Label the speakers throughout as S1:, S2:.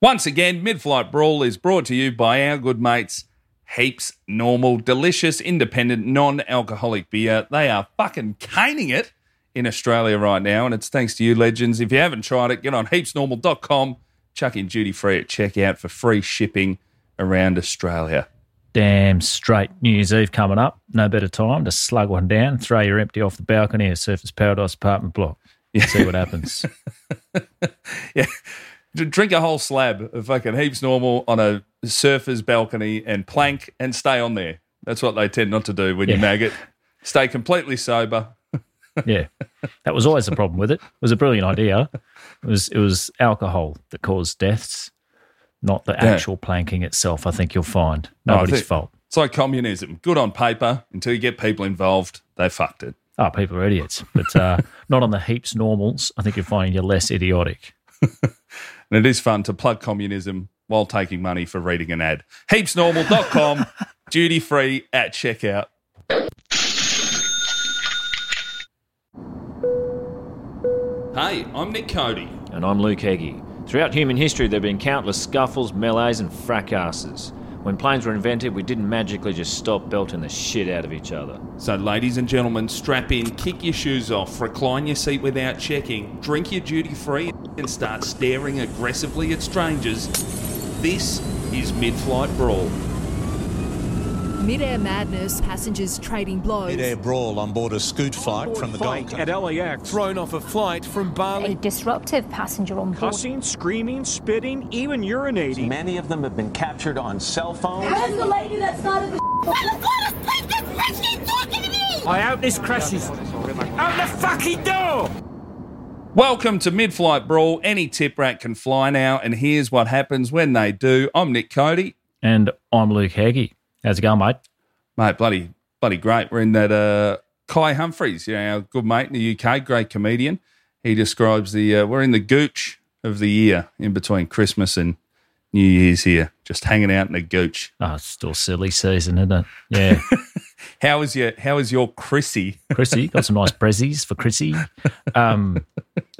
S1: Once again, Midflight Brawl is brought to you by our good mates, Heaps Normal, delicious, independent, non alcoholic beer. They are fucking caning it in Australia right now, and it's thanks to you, legends. If you haven't tried it, get on heapsnormal.com, chuck in duty free at checkout for free shipping around Australia.
S2: Damn straight. New Year's Eve coming up. No better time to slug one down, throw your empty off the balcony of Surface Paradise apartment block. See what happens.
S1: yeah. D- Drink a whole slab of fucking heaps normal on a surfer's balcony and plank and stay on there. That's what they tend not to do when you
S2: Yeah.
S1: maggot. Stay completely sober.
S2: Yeah. That was always the problem with it. It was a brilliant idea. It was it was alcohol that caused deaths, not the actual planking itself, I think you'll find.
S1: Oh, I
S2: Nobody's
S1: think-
S2: fault.
S1: It's like communism. Good on paper until you get people involved. They fucked it.
S2: Oh, people are idiots. But uh, not on the heaps normals. I think you'll find you're less idiotic.
S1: And it is fun to plug communism while taking money for reading an ad. Heapsnormal.com, duty free at checkout. Hey, I'm Nick Cody.
S3: And I'm Luke Heggie. Throughout human history, there have been countless scuffles, melees, and fracasses. When planes were invented, we didn't magically just stop belting the shit out of each other.
S1: So, ladies and gentlemen, strap in, kick your shoes off, recline your seat without checking, drink your duty free, and start staring aggressively at strangers. This is Mid Flight Brawl.
S4: Midair madness, passengers trading blows.
S5: Mid-air brawl on board a scoot flight from the Gold
S6: Fight
S5: Coast.
S6: at LAX.
S7: thrown off a flight from
S8: a
S7: Bali.
S8: disruptive passenger on board.
S6: Cussing, screaming, spitting, even urinating.
S9: Many of them have been captured on cell phones.
S10: Where's the lady that started the talking to me?
S6: I hope this crashes. Out the fucking door!
S1: Welcome to Mid Flight Brawl. Any tip rat can fly now, and here's what happens when they do. I'm Nick Cody.
S2: And I'm Luke Heggie. How's it going, mate?
S1: Mate, bloody, bloody great. We're in that uh, Kai Humphreys, you know, our good mate in the UK, great comedian. He describes the, uh, we're in the gooch of the year in between Christmas and New Year's here, just hanging out in the gooch.
S2: Oh, it's still silly season, isn't it? Yeah.
S1: How is your, how is your Chrissy?
S2: Chrissy got some nice prezzies for Chrissy. Um,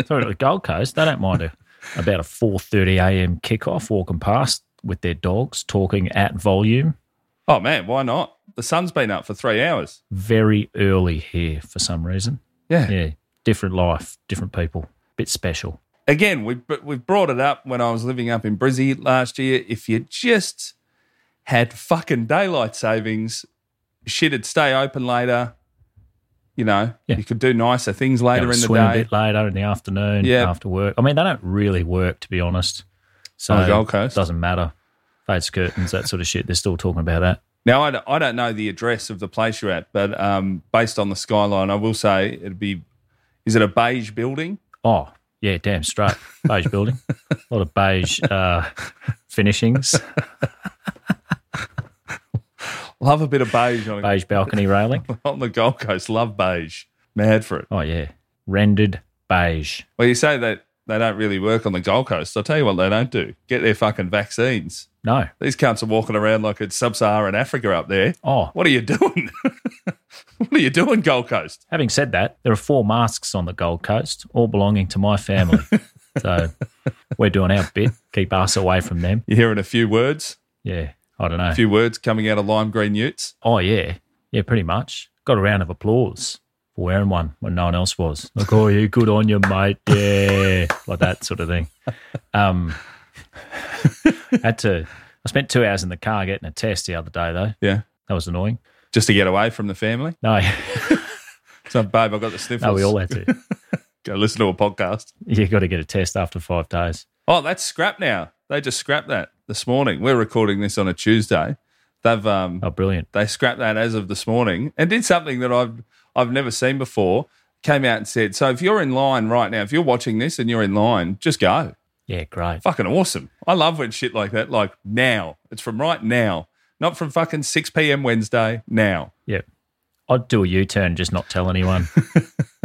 S2: sorry, the Gold Coast they don't mind a, about a four thirty a.m. kickoff walking past with their dogs talking at volume.
S1: Oh man, why not? The sun's been up for three hours.
S2: Very early here for some reason. Yeah, different life, different people, bit special.
S1: again, we but we've brought it up when I was living up in Brizzy last year. If you just had fucking daylight savings, shit'd stay open later. You know,
S2: Yeah.
S1: you could do nicer things later
S2: Go
S1: in the
S2: swim a
S1: day
S2: bit later in the afternoon.
S1: Yeah.
S2: after work. I mean, they don't really work to be honest. So
S1: on the Gold Coast.
S2: doesn't matter. Fades curtains, that sort of shit. They're still talking about that.
S1: Now, I don't, I don't know the address of the place you're at, but um, based on the skyline, I will say it'd be. Is it a beige building?
S2: Oh, yeah, damn straight. Beige building. A lot of beige uh, finishings,
S1: Love a bit of beige on,
S2: beige balcony railing.
S1: on the Gold Coast. Love beige. Mad for it.
S2: Oh, yeah. Rendered beige.
S1: Well, you say that they don't really work on the Gold Coast. I'll tell you what they don't do get their fucking vaccines.
S2: No.
S1: These cunts are walking around like it's sub-Saharan Africa up there.
S2: Oh,
S1: What are you doing? what are you doing, Gold Coast?
S2: having said that, there are four masks on the Gold Coast, all belonging to my family. so we're doing our bit. Keep us away from them.
S1: You're hearing a few words,
S2: Yeah. I don't know.
S1: a few words coming out of lime green utes.
S2: Oh, yeah. Yeah, pretty much. Got a round of applause for wearing one when no one else was. Like, oh, you good on you, mate. Yeah. like that sort of thing. Um, had to. I spent two hours in the car getting a test the other day, though.
S1: Yeah.
S2: That was annoying.
S1: Just to get away from the family.
S2: No,
S1: So, babe, I got the sniffles.
S2: no, we all had to.
S1: Go listen to a podcast.
S2: You got to get a test after five days.
S1: Oh, that's scrapped now. They just scrapped that this morning. We're recording this on a Tuesday. They've um,
S2: Oh, brilliant.
S1: they scrapped that as of this morning and did something that I've I've never seen before. Came out and said, "So if you're in line right now, if you're watching this and you're in line, just go.
S2: Yeah, great.
S1: Fucking awesome. I love when shit like that. Like now, it's from right now, not from fucking six p.m. Wednesday. Now,
S2: Yeah. I'd do a U turn, just not tell anyone.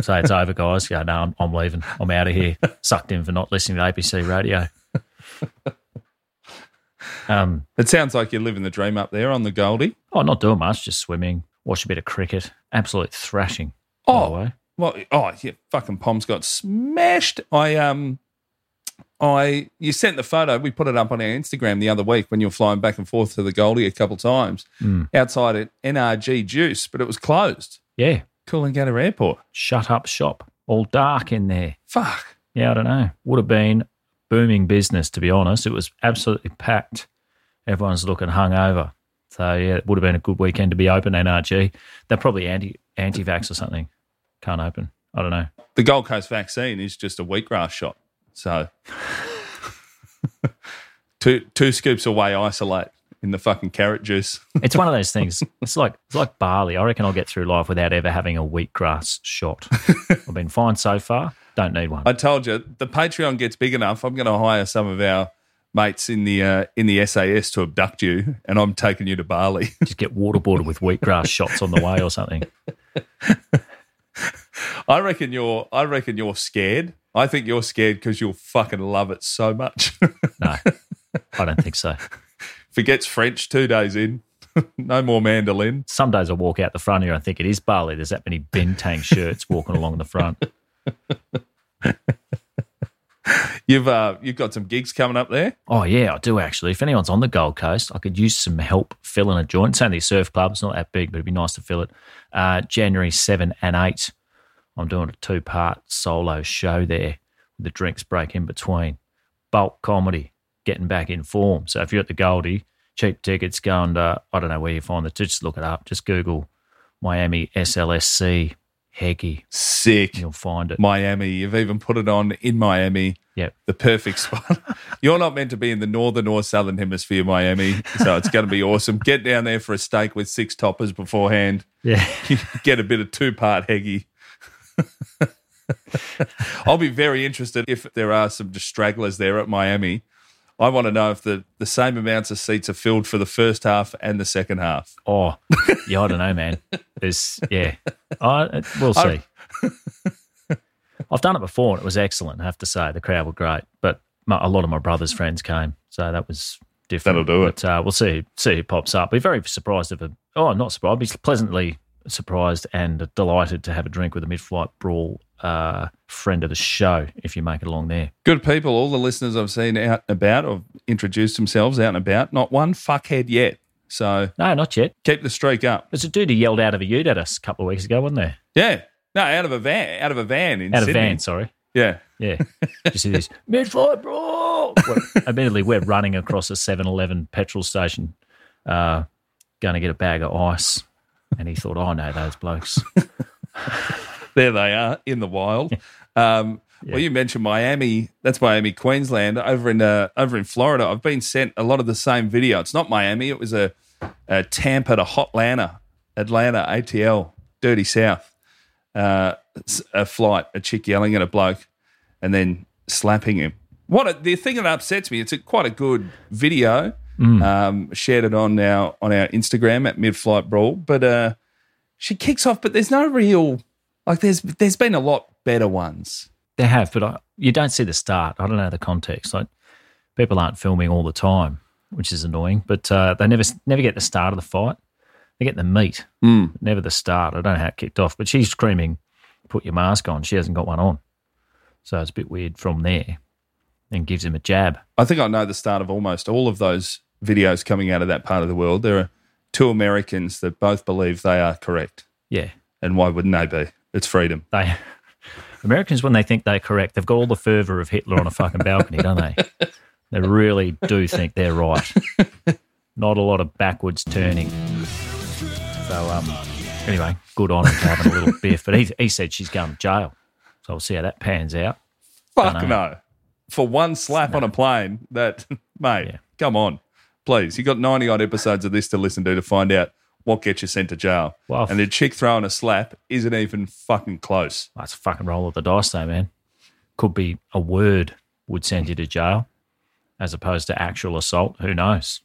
S2: Say it's over, guys. Go, no, I'm, I'm leaving. I'm out of here. Sucked in for not listening to ABC radio. Um,
S1: it sounds like you're living the dream up there on the Goldie.
S2: oh, not doing much, just swimming, watch a bit of cricket. Absolute thrashing. by the
S1: Oh,
S2: way.
S1: well, oh yeah, fucking Pom's got smashed. I um, I you sent the photo. We put it up on our Instagram the other week when you were flying back and forth to the Goldie a couple times outside at NRG Juice, but it was closed.
S2: Yeah.
S1: Coolangatta Airport.
S2: Shut up shop. All dark in there.
S1: Fuck.
S2: Yeah, I don't know. Would have been booming business, to be honest. It was absolutely packed. Everyone's looking hungover. So, yeah, it would have been a good weekend to be open, NRG. They're probably anti anti vax or something. Can't open. I don't know.
S1: The Gold Coast vaccine is just a wheatgrass shot. So two two scoops away, isolate in the fucking carrot juice.
S2: It's one of those things. It's like it's like barley. I reckon I'll get through life without ever having a wheatgrass shot. I've been fine so far. Don't need one.
S1: I told you the Patreon gets big enough. I'm going to hire some of our mates in the uh, in the SAS to abduct you, and I'm taking you to Bali.
S2: Just get waterboarded with wheatgrass shots on the way or something.
S1: I reckon you're. I reckon you're scared. I think you're scared because you'll fucking love it so much.
S2: No, I don't think so.
S1: Forgets French two days in. no more mandolin.
S2: some days I walk out the front here and think it is Bali. There's that many Bintang shirts walking along the front.
S1: You've uh, you've got some gigs coming up there.
S2: Oh yeah, I do actually. If anyone's on the Gold Coast, I could use some help filling a joint. It's only a surf club; it's not that big, but it'd be nice to fill it. Uh, January seven and eight, I'm doing a two part solo show there with the drinks break in between. Bulk comedy, getting back in form. So if you're at the Goldie, cheap tickets going to I don't know where you find the just look it up. Just Google Miami SLSC Hecky,
S1: Sick.
S2: and you'll find it.
S1: Miami. You've even put it on in Miami.
S2: Yep.
S1: The perfect spot. You're not meant to be in the northern or southern hemisphere, Miami. So it's going to be awesome. Get down there for a steak with six toppers beforehand.
S2: Yeah.
S1: Get a bit of two part heggy. I'll be very interested if there are some just stragglers there at Miami. I want to know if the, the same amounts of seats are filled for the first half and the second half.
S2: Oh, yeah, I don't know, man. There's, yeah, I, we'll see. I've done it before and it was excellent, I have to say. The crowd were great, but my, a lot of my brother's friends came, so that was different.
S1: That'll do it.
S2: But uh, we'll see, see who pops up. Be very surprised if a, oh, I'm not surprised. I'll be pleasantly surprised and delighted to have a drink with a mid flight brawl uh, friend of the show if you make it along there.
S1: Good people. All the listeners I've seen out and about have introduced themselves out and about. Not one fuckhead yet. So
S2: No, not yet.
S1: keep the streak up.
S2: There's a dude who yelled out of a ute at us a couple of weeks ago, wasn't there?
S1: Yeah. No, out of a van. Out of a van in
S2: Out of
S1: Sydney.
S2: van, sorry.
S1: Yeah.
S2: Yeah. You see this mid flight brawl. Well, admittedly, we're running across a 7 Eleven petrol station, uh, going to get a bag of ice. And he thought, I know those blokes.
S1: There they are in the wild. Um, Well, you mentioned Miami. That's Miami, Queensland. Over in uh, over in Florida, I've been sent a lot of the same video. It's not Miami. It was a, a Tampa to Hot Atlanta, Atlanta ATL, Dirty South. Uh, s- a flight, a chick yelling at a bloke, and then slapping him. What a, the thing that upsets me? It's a, quite a good video. Um, shared it on our on our Instagram at Mid Flight Brawl, but uh, she kicks off. But there's no real like. There's there's been a lot better ones.
S2: They have, but I, you don't see the start. I don't know the context. Like people aren't filming all the time, which is annoying. But uh, they never never get the start of the fight. They get the meat, never the start. I don't know how it kicked off, but she's screaming, "Put your mask on!" She hasn't got one on, so it's a bit weird from there. And gives him a jab.
S1: I think I know the start of almost all of those videos coming out of that part of the world. There are two Americans that both believe they are correct.
S2: Yeah,
S1: And why wouldn't they be? It's freedom.
S2: they Americans when they think they're correct, they've got all the fervor of Hitler on a fucking balcony, don't they? They really do think they're right. Not a lot of backwards turning. So um, anyway, good on him for having a little biff. But he, he said she's going to jail. So we'll see how that pans out.
S1: Fuck
S2: Dunno.
S1: no. For one slap on a plane, that, mate,
S2: Yeah.
S1: come on. Please. You got 90 odd episodes of this to listen to to find out what gets you sent to jail.
S2: Wow.
S1: And the chick throwing a slap isn't even fucking close.
S2: That's a fucking roll of the dice, though, man. Could be a word would send you to jail, as opposed to actual assault. Who knows?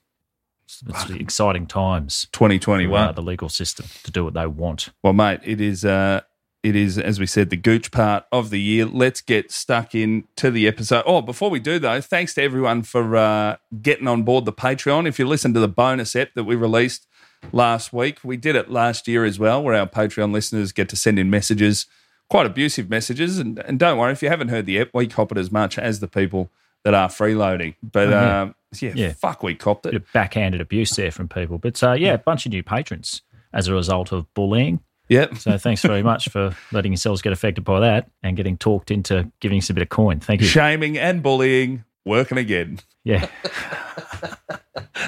S2: It's, it's exciting times. for,
S1: 2021.
S2: uh, the legal system to do what they want.
S1: Well, mate, it is. Uh, it is, as we said, the gooch part of the year. Let's get stuck in to the episode. Oh, before we do though, thanks to everyone for uh, getting on board the Patreon. If you listen to the bonus app that we released last week, we did it last year as well, where our Patreon listeners get to send in messages, quite abusive messages. And, and don't worry, if you haven't heard the app, we cop it as much as the people that are freeloading. But
S2: yeah.
S1: um, yeah,
S2: Yeah.
S1: fuck, we copped it.
S2: Bit of backhanded abuse there from people, but uh, yeah, a bunch of new patrons as a result of bullying.
S1: Yep.
S2: So thanks very much for letting yourselves get affected by that and getting talked into giving us a bit of coin. Thank you.
S1: Shaming and bullying working again.
S2: Yeah,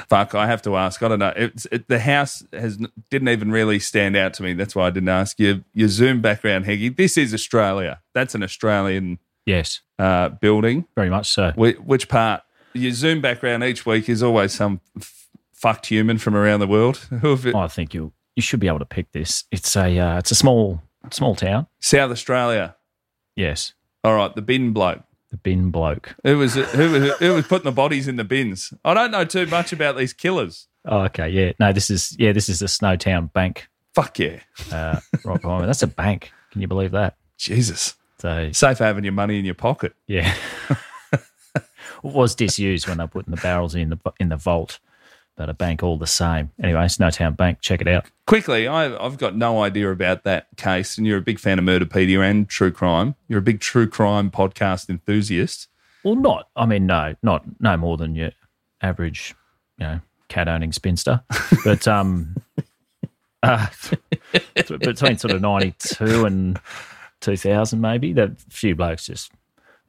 S1: Fuck, I have to ask. I don't know. It's, it, the house has didn't even really stand out to me. That's why I didn't ask you. Your Zoom background, Heggy. This is Australia. That's an Australian
S2: yes,
S1: uh, building.
S2: very much so.
S1: Wh- which part? Your Zoom background each week is always some f- fucked human from around the world. Who have it-
S2: I think you you should be able to pick this. It's a uh, it's a small small town.
S1: South Australia.
S2: Yes,
S1: All right, the bin bloke.
S2: the bin bloke.
S1: Who was it, who, was- who was putting the bodies in the bins? I don't know too much about these killers.
S2: Oh, okay, yeah. No, this is yeah, this is the Snowtown Bank
S1: Fuck yeah,
S2: uh, right behind me. That's a bank. Can you believe that?
S1: Jesus.
S2: So
S1: Safe having your money in your pocket.
S2: Yeah. it was disused when they put in the barrels in the in the vault, but a bank all the same. Anyway, Snowtown Bank, check it out.
S1: Quickly, I, I've got no idea about that case, and you're a big fan of Murderpedia and true crime. You're a big true crime podcast enthusiast.
S2: Well, not. I mean, no, not no more than your average, you know, cat owning spinster. But um, uh, between sort of ninety two and two thousand, maybe that few blokes just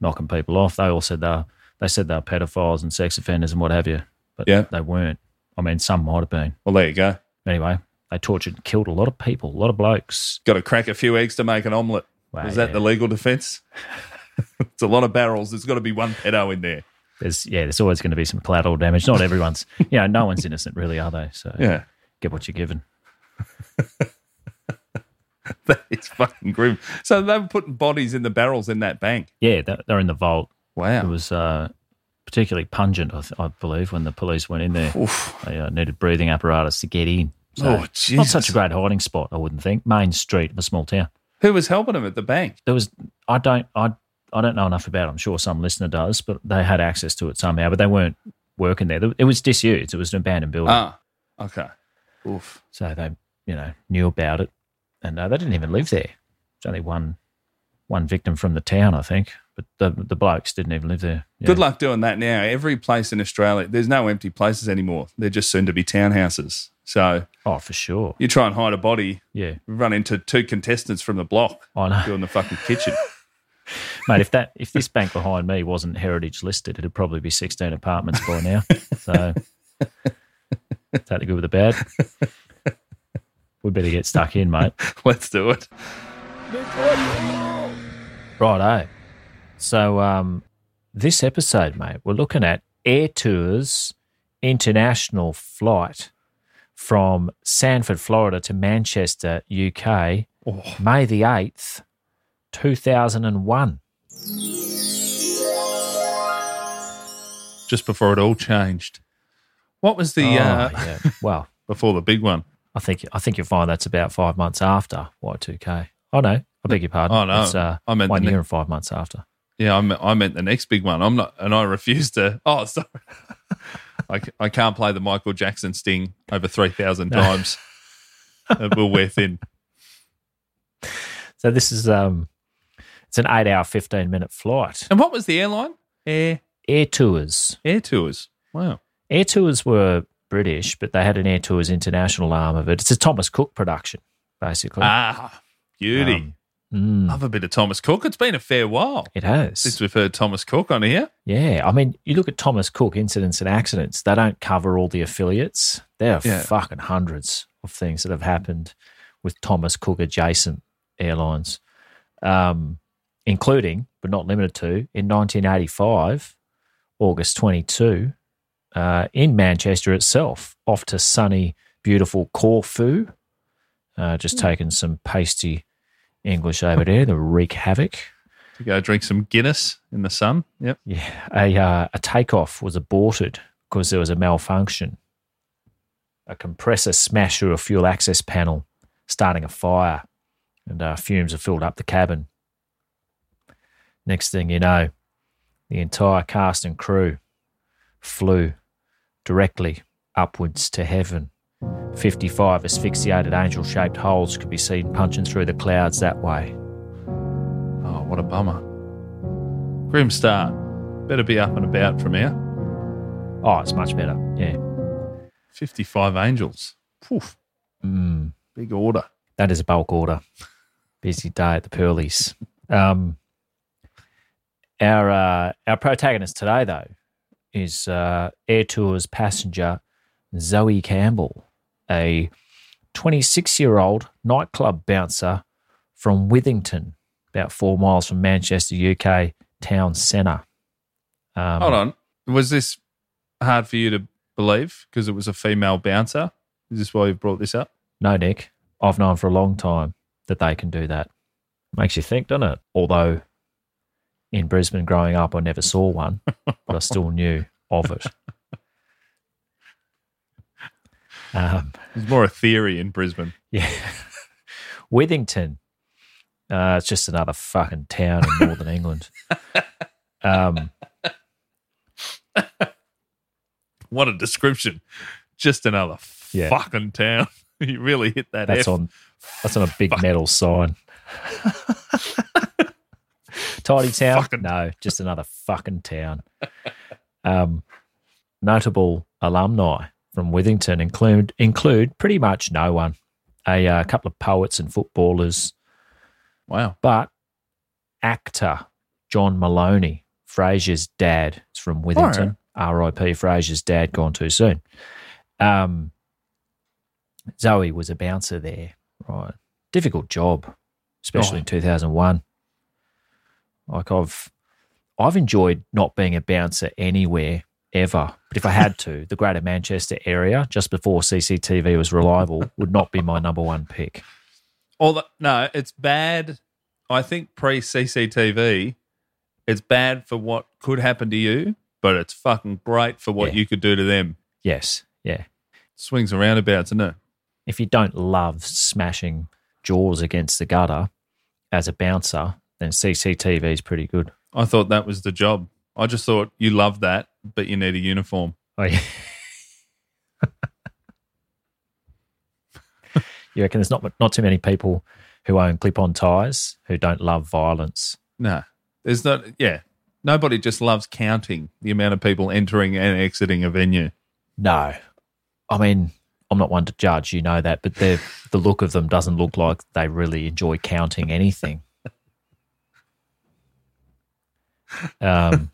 S2: knocking people off. They all said they were- they said they were pedophiles and sex offenders and what have you, but
S1: Yeah.
S2: they weren't. I mean, some might have been.
S1: Well, there you go.
S2: anyway, they tortured and killed a lot of people, a lot of blokes.
S1: Got to crack a few eggs to make an omelette.
S2: Wow,
S1: Was that
S2: yeah.
S1: the legal defense? it's a lot of barrels. There's got to be one pedo in there.
S2: There's yeah, there's always going to be some collateral damage. Not everyone's, you know, no one's innocent really, are they? So
S1: Yeah,
S2: get what you're given.
S1: that is fucking grim. So they were putting bodies in the barrels in that bank.
S2: Yeah, they're, they're in the vault. It
S1: Wow.
S2: was uh, particularly pungent, I, th- I believe, when the police went in there.
S1: Oof.
S2: They uh, needed breathing apparatus to get in.
S1: Oh,
S2: Not
S1: Jesus.
S2: such a great hiding spot, I wouldn't think. Main street of a small town.
S1: Who was helping him at the bank?
S2: There was, I don't, I, I don't know enough about. it. I'm sure some listener does, but they had access to it somehow. But they weren't working there. It was disused. It was an abandoned building.
S1: Ah, okay. Oof.
S2: So they, you know, knew about it, and uh, they didn't even live there. There's only one, one victim from the town, I think. But the the blokes didn't even live there. Yeah.
S1: Good luck doing that now. Every place in Australia, there's no empty places anymore. They're just soon to be townhouses. So
S2: Oh, for sure.
S1: you try and hide a body,
S2: Yeah,
S1: you run into two contestants from the block
S2: I know,
S1: doing the fucking kitchen.
S2: mate. If that if this bank behind me wasn't heritage listed, it'd probably be sixteen apartments by now. So take the good with the bad. We better get stuck in, mate.
S1: Let's do it.
S2: Righto. So, um, this episode, mate, we're looking at Air Tours international flight from Sanford, Florida to Manchester, UK,
S1: Oh.
S2: May the 8th, 2001.
S1: Just before it all changed. What was the uh,
S2: Oh, yeah. Well,
S1: before the big one?
S2: I think I think you'll find that's about five months after Y2K. Oh, no. I beg your pardon.
S1: Oh, no.
S2: It's uh,
S1: I meant
S2: one
S1: the
S2: year
S1: ne-
S2: and five months after.
S1: Yeah, I, me- I meant the next big one. I'm not, and I refuse to. Oh, sorry. I, c- I can't play the Michael Jackson sting over 3,000 times. it will wear thin.
S2: So, this is um, it's an eight hour, 15 minute flight.
S1: And what was the airline? Air
S2: Air Tours.
S1: Air Tours. Wow.
S2: Air Tours were British, but they had an Air Tours international arm of it. It's a Thomas Cook production, basically.
S1: Ah, beauty.
S2: Um, mm,
S1: Love a bit of Thomas Cook. It's been a fair while
S2: it has.
S1: since we've heard Thomas Cook on here.
S2: yeah. I mean, you look at Thomas Cook incidents and accidents, they don't cover all the affiliates. There are
S1: Yeah.
S2: fucking hundreds of things that have happened with Thomas Cook adjacent airlines. Um, including but not limited to, in 1985, August 22, uh, in Manchester itself, off to sunny, beautiful Corfu. Uh, just taking some pasty English over there to wreak havoc.
S1: To go drink some Guinness in the sun. Yep.
S2: Yeah, a uh, a takeoff was aborted because there was a malfunction. A compressor smashed through a fuel access panel, starting a fire, and uh, fumes have filled up the cabin. Next thing you know, the entire cast and crew flew directly upwards to heaven. 55 asphyxiated angel shaped holes could be seen punching through the clouds that way.
S1: Oh, what a bummer. Grim start. Better be up and about from here.
S2: Oh, it's much better. Yeah.
S1: 55 angels. Poof.
S2: Mm.
S1: Big order.
S2: That is a bulk order. Busy day at the Pearlies. Um, our uh, our protagonist today, though, is uh, Air Tours passenger Zoe Campbell, a 26 year old nightclub bouncer from Withington, about four miles from Manchester, UK town centre. Um,
S1: Hold on. Was this hard for you to believe because it was a female bouncer? Is this why you brought this up?
S2: No, Nick, I've known for a long time that they can do that. Makes you think, doesn't it? Although in Brisbane growing up, I never saw one, but I still knew of it. Um,
S1: It's more a theory in Brisbane.
S2: yeah. Withington. Uh, it's just another fucking town in northern England. Um,
S1: What a description. Just another
S2: Yeah.
S1: fucking town. You really hit that F.
S2: that's on that's on a big metal sign. Tidy town?
S1: Fucking-
S2: No, just another fucking town. Um, notable alumni from Withington include include pretty much no one. A uh, couple of poets and footballers,
S1: Wow.
S2: but actor John Maloney, Frasier's dad, is from Withington. R.I.P. Frasier's dad gone too soon. Um, Zoe was a bouncer there, right? Difficult job, especially in two thousand one. Like I've, I've enjoyed not being a bouncer anywhere ever. But if I had to, the Greater Manchester area, just before CCTV was reliable, would not be my number one pick.
S1: Although, no, it's bad. I think pre CCTV, it's bad for what could happen to you, but it's fucking great for what
S2: Yeah.
S1: you could do to them.
S2: Yes, yeah.
S1: Swings and roundabouts, isn't it?
S2: if you don't love smashing jaws against the gutter as a bouncer, then CCTV is pretty good.
S1: I thought that was the job. I just thought you love that, but you need a uniform.
S2: Oh, yeah. you reckon there's not not too many people who own clip-on ties who don't love violence?
S1: No, there's not. Yeah, nobody just loves counting the amount of people entering and exiting a venue.
S2: No, I mean I'm not one to judge, you know that, but the the look of them doesn't look like they really enjoy counting anything. Um,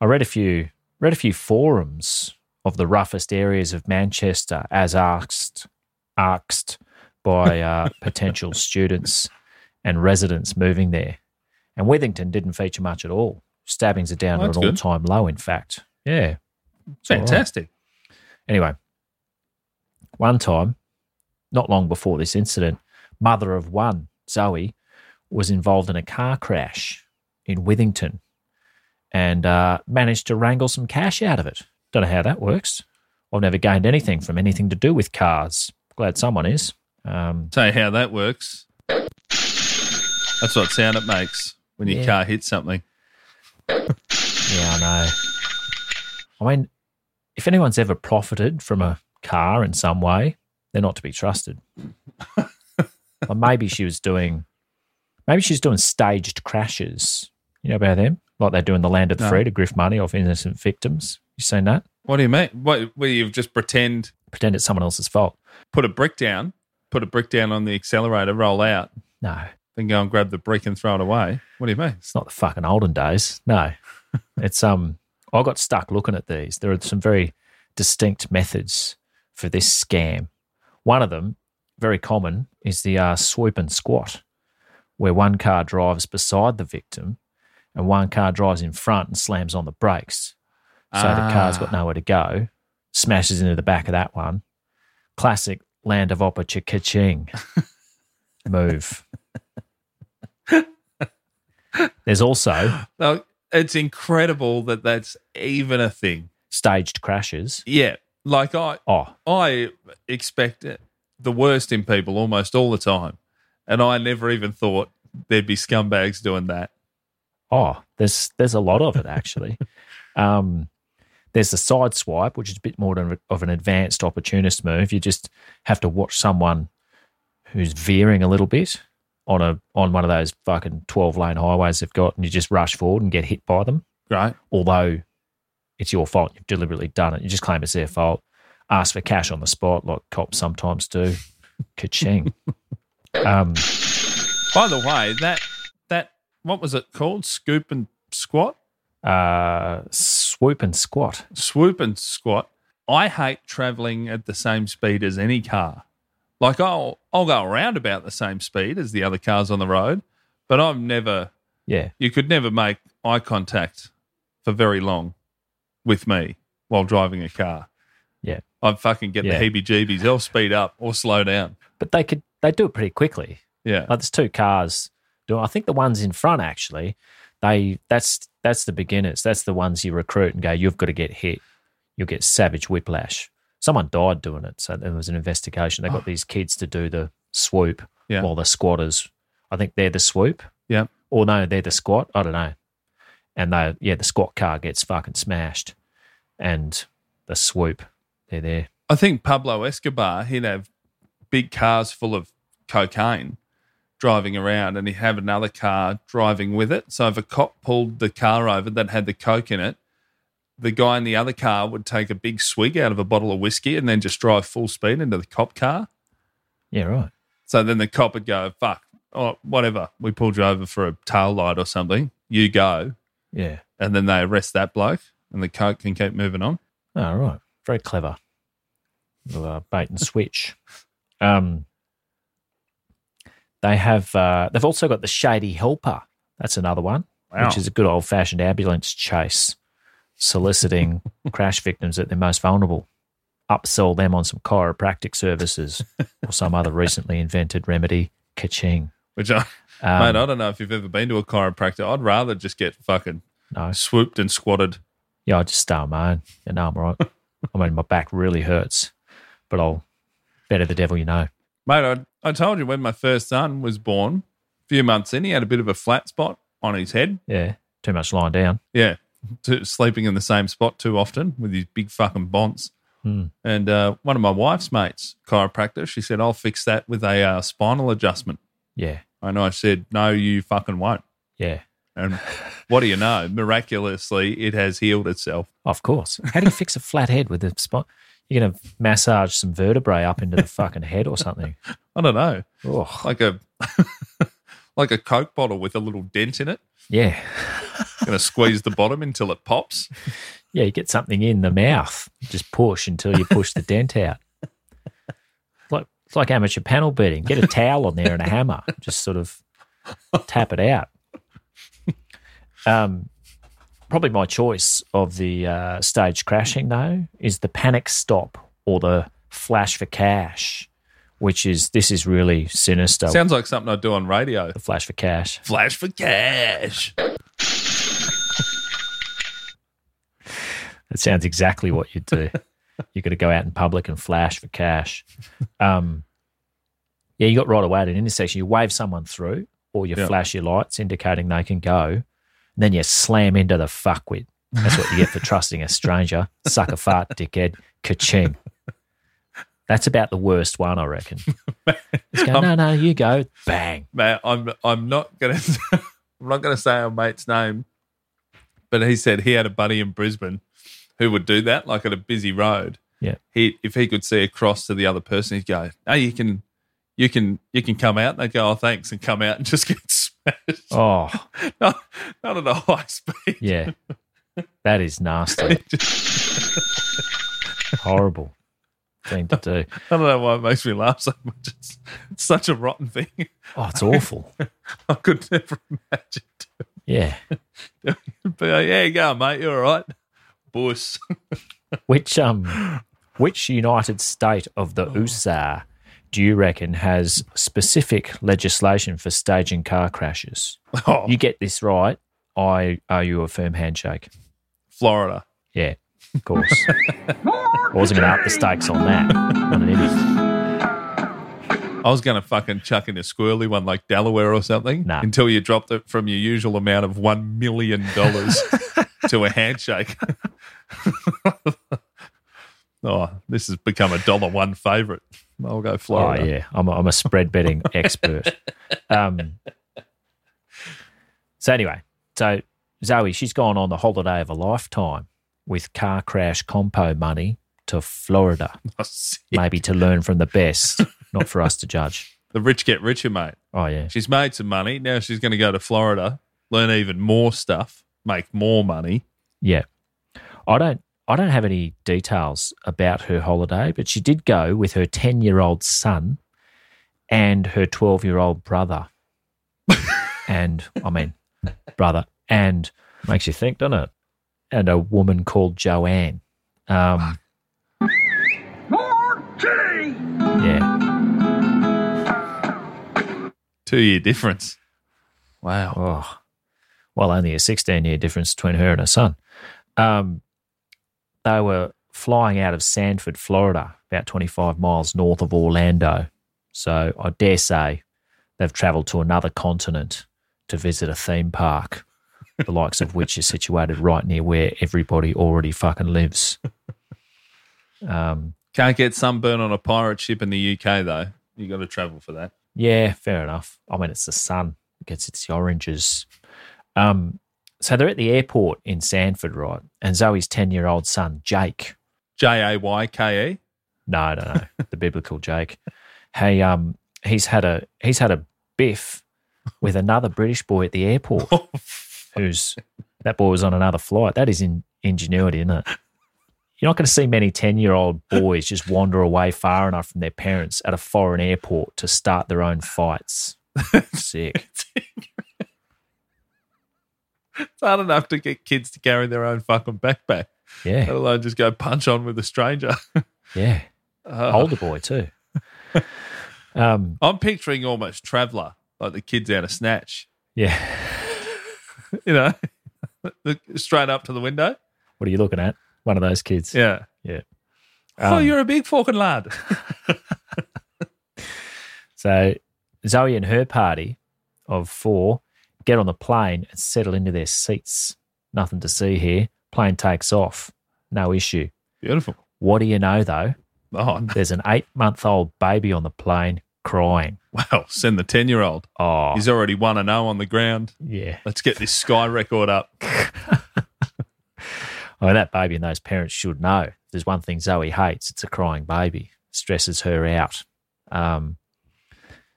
S2: I read a few read a few forums of the roughest areas of Manchester as asked asked by uh, potential students and residents moving there, and Withington didn't feature much at all. Stabbings are down
S1: Well,
S2: at
S1: that's
S2: an
S1: good.
S2: all time low. In fact, yeah, It's all right.
S1: Fantastic.
S2: Anyway, one time, not long before this incident, mother of one, Zoe, was involved in a car crash in Withington and uh, managed to wrangle some cash out of it. Don't know how that works. I've never gained anything from anything to do with cars. Glad someone is. Um,
S1: Tell you how that works. That's what sound it makes when your
S2: Yeah.
S1: car hits something.
S2: Yeah, I know. I mean, if anyone's ever profited from a car in some way, they're not to be trusted. or maybe she was doing, maybe she's doing staged crashes. You know about them, like they do in the land of the
S1: No.
S2: free to grift money off innocent victims. You seen that?
S1: What do you mean? What? Where you just pretend
S2: Pretend it's someone else's fault.
S1: put a brick down, put a brick down on the accelerator, roll out,
S2: No,
S1: then go and grab the brick and throw it away. What do you mean?
S2: it's not the fucking olden days. No, it's um. I got stuck looking at these. There are some very distinct methods for this scam. One of them, very common, is the uh, swoop and squat, where one car drives beside the victim and one car drives in front and slams on the brakes. So the car's got nowhere to go, smashes into the back of that one. Classic land of oppa ching move. There's also
S1: Now, it's incredible that that's even a thing.
S2: staged crashes.
S1: Yeah. Like I,
S2: Oh,
S1: I expect the worst in people almost all the time. And I never even thought there'd be scumbags doing that.
S2: Oh, there's there's a lot of it actually. um, there's the side swipe, which is a bit more of of an advanced opportunist move. You just have to watch someone who's veering a little bit on a on one of those fucking twelve lane highways they've got, and you just rush forward and get hit by them.
S1: Right.
S2: Although it's your fault, you've deliberately done it. You just claim it's their fault. Ask for cash on the spot, like cops sometimes do. Ka-ching. um,
S1: By the way, that, that, what was it called? Scoop and squat?
S2: uh, swoop and squat.
S1: swoop and squat. I hate traveling at the same speed as any car. Like I'll I'll go around about the same speed as the other cars on the road, but I've never
S2: Yeah.
S1: you could never make eye contact for very long with me while driving a car.
S2: Yeah.
S1: I'd fucking get
S2: Yeah.
S1: the heebie jeebies. They'll speed up or slow down.
S2: but they could they do it pretty quickly.
S1: Yeah.
S2: Like there's two cars doing. I think the ones in front actually, they that's that's the beginners. That's the ones you recruit and go. You've got to get hit. You'll get savage whiplash. Someone died doing it, so there was an investigation. They got these kids to do the swoop
S1: Oh. Yeah.
S2: while the squatters. I think they're the swoop.
S1: Yeah.
S2: Or no, they're the squat. I don't know. And they yeah, the squat car gets fucking smashed, and the swoop. They're there.
S1: I think Pablo Escobar, he'd have big cars full of cocaine driving around and he'd have another car driving with it. So if a cop pulled the car over that had the coke in it, the guy in the other car would take a big swig out of a bottle of whiskey and then just drive full speed into the cop car.
S2: Yeah, right.
S1: So then the cop would go, fuck, oh, whatever. We pulled you over for a tail light or something. You go.
S2: Yeah.
S1: And then they arrest that bloke and the coke can keep moving on.
S2: All Ah, right. Very clever. Little, uh, bait and switch. Um, they have. Uh, they've also got the shady helper. That's another one, which is a good old fashioned ambulance chase, soliciting crash victims at their most vulnerable, upsell them on some chiropractic services or some other recently invented remedy. Ka-ching.
S1: Which I,
S2: Um,
S1: mate, I don't know if you've ever been to a chiropractor. I'd rather just get fucking
S2: No.
S1: swooped and squatted.
S2: Yeah, I just start my own. You know, I'm all right. I mean, my back really hurts, but I'll better the devil you know.
S1: Mate, I, I told you when my first son was born, a few months in, he had a bit of a flat spot on his head.
S2: Yeah. Too much lying down.
S1: Yeah. To, sleeping in the same spot too often with his big fucking bonds. And uh, one of my wife's mates, chiropractor, she said, I'll fix that with a uh, spinal adjustment.
S2: Yeah.
S1: And I said, No, you fucking won't.
S2: Yeah.
S1: And what do you know? Miraculously, it has healed itself.
S2: Of course. How do you fix a flat head with a spot? You're going to massage some vertebrae up into the fucking head or something.
S1: I don't know.
S2: Oh,
S1: Like a. Like a Coke bottle with a little dent in it.
S2: yeah.
S1: Gonna squeeze the bottom until it pops.
S2: Yeah. You get something in the mouth. You Just push until you push the dent out. It's Like, it's like amateur panel beating. Get a towel on there and a hammer. Just sort of tap it out. Um, probably my choice of the uh, stage crashing though is the panic stop or the flash for cash, which is this is really sinister.
S1: Sounds like something I do on radio.
S2: the flash for cash.
S1: Flash for cash.
S2: It sounds exactly what you do. You're going to go out in public and flash for cash. Um, yeah, you got right away at an intersection. You wave someone through, or you
S1: Yeah.
S2: flash your lights indicating they can go. And then you slam into the fuckwit. That's what you get for trusting a stranger. Sucker fart, dickhead. Ka-ching. That's about the worst one, I reckon. It's going, no, no, you go. Bang.
S1: Man, I'm I'm not gonna I'm not gonna say our mate's name, but he said he had a buddy in Brisbane who would do that, like at a busy road.
S2: Yeah.
S1: He if he could see across to the other person, he'd go, Hey, you can you can you can come out and they go, Oh thanks, and come out and just get smashed.
S2: Oh,
S1: Not, not at a high speed.
S2: yeah. That is nasty. Horrible. thing to do.
S1: I don't know why it makes me laugh so much. It's, it's such a rotten thing.
S2: Oh, it's awful.
S1: I could never imagine.
S2: Yeah.
S1: But like, yeah, you go, mate. You're all right. Bush.
S2: Which um, which United State of the USA do you reckon has specific legislation for staging car crashes?
S1: Oh,
S2: You get this right, I owe you a firm handshake.
S1: Florida.
S2: Yeah, of course. I wasn't going to up the stakes on that. What an idiot.
S1: I was going to fucking chuck in a squirrely one like Delaware or something
S2: Nah.
S1: until you dropped it from your usual amount of $1 million to a handshake. oh, this has become a dollar one favorite. I'll go Florida.
S2: Oh yeah, I'm a, I'm a spread betting expert. Um, so anyway, so Zoe, she's gone on the holiday of a lifetime with car crash compo money to Florida,
S1: Oh, sick.
S2: maybe to learn from the best, not for us to judge.
S1: The rich get richer, mate.
S2: Oh yeah,
S1: She's made some money. Now she's going to go to Florida, learn even more stuff, make more money.
S2: yeah. I don't I don't have any details about her holiday, but she did go with her ten year old son and her twelve year old brother. and I mean brother. And makes you think, doesn't it? And a woman called Joanne. Um Yeah.
S1: Two year difference. Wow.
S2: Oh. Well, only a sixteen year difference between her and her son. Um they were flying out of Sanford, Florida, about 25 miles north of Orlando. So I dare say they've traveled to another continent to visit a theme park, the likes of which is situated right near where everybody already fucking lives. Um,
S1: Can't get sunburn on a pirate ship in the UK, though. you got to travel for that.
S2: yeah, fair enough. I mean, it's the sun, it gets its oranges. Um, so they're at the airport in Sanford, right? And Zoe's 10 year old son, Jake,
S1: J A Y K E.
S2: No, no, no. the biblical Jake. Hey, um, he's had a he's had a biff with another British boy at the airport.
S1: Oh,
S2: who's that boy was on another flight. That is in, ingenuity, isn't it? You're not going to see many ten year old boys just wander away far enough from their parents at a foreign airport to start their own fights. Sick.
S1: It's hard enough to get kids to carry their own fucking backpack, let
S2: Yeah,
S1: alone just go punch on with a stranger.
S2: yeah.
S1: Uh,
S2: Older boy too. Um,
S1: I'm picturing almost Traveller, like the kids out of Snatch,
S2: yeah.
S1: you know, Look straight up to the window.
S2: What are you looking at? One of those kids.
S1: Yeah.
S2: Yeah.
S1: Oh,
S2: Um,
S1: you're a big fucking lad.
S2: So Zoe and her party of four get on the plane and settle into their seats. Nothing to see here. Plane takes off. No issue.
S1: Beautiful.
S2: What do you know though?
S1: Oh, no.
S2: There's an eight month old baby on the plane crying.
S1: well, send the 10 year old.
S2: Oh,
S1: He's already 1 and 0 on the ground.
S2: yeah.
S1: Let's get this sky record up.
S2: I mean, Oh, that baby and those parents should know. If there's one thing Zoe hates, it's a crying baby. Stresses her out. Um,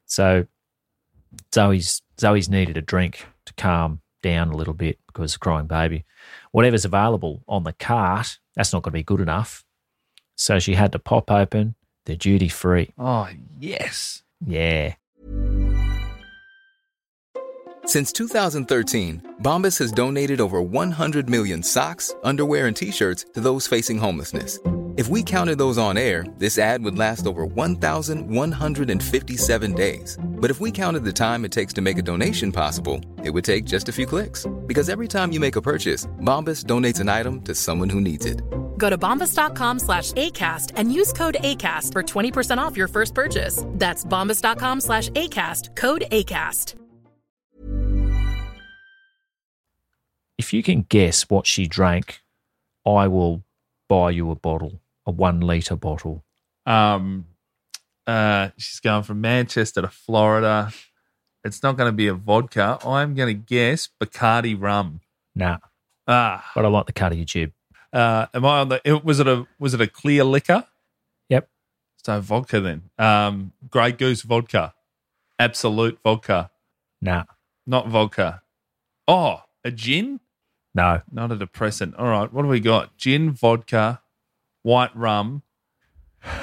S2: so Zoe's Zoe's needed a drink to calm down a little bit because a crying baby. Whatever's available on the cart, that's not going to be good enough. So she had to pop open the duty free.
S1: Oh, yes.
S2: Yeah.
S10: Since 2013, Bombas has donated over 100 million socks, underwear, and t shirts to those facing homelessness. If we counted those on air, this ad would last over 1,157 days. But if we counted the time it takes to make a donation possible, it would take just a few clicks. Because every time you make a purchase, Bombas donates an item to someone who needs it.
S11: Go to bombas.com slash ACAST and use code ACAST for 20% off your first purchase. That's bombas.com slash ACAST, code ACAST.
S2: If you can guess what she drank, I will buy you a bottle, a one litre bottle.
S1: Um, uh, she's going from Manchester to Florida. It's not going to be a vodka. I'm going to guess Bacardi rum.
S2: Nah,
S1: Ah,
S2: but I like the cut of your jib.
S1: uh, am I on the? It, was it a was it a clear liquor?
S2: Yep.
S1: So vodka then. Um, Grey Goose vodka, absolute vodka,
S2: Nah,
S1: not vodka. Oh, a gin,
S2: no.
S1: not a depressant. All right, what do we got? Gin, vodka, white rum.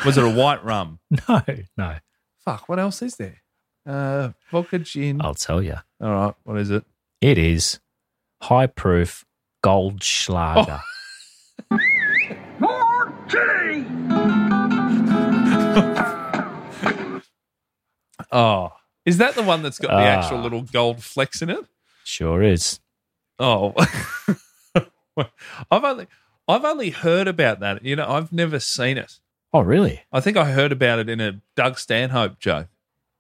S1: Was it a white rum?
S2: No, no.
S1: Fuck, what else is there? Uh, vodka gin.
S2: I'll tell you.
S1: All right, what is it?
S2: It is high proof Goldschlager.
S1: Oh, is that the one that's got the
S2: Ah.
S1: actual little gold flecks in it?
S2: Sure is.
S1: Oh, I've only I've only heard about that. You know, I've never seen it.
S2: Oh, really?
S1: I think I heard about it in a Doug Stanhope joke.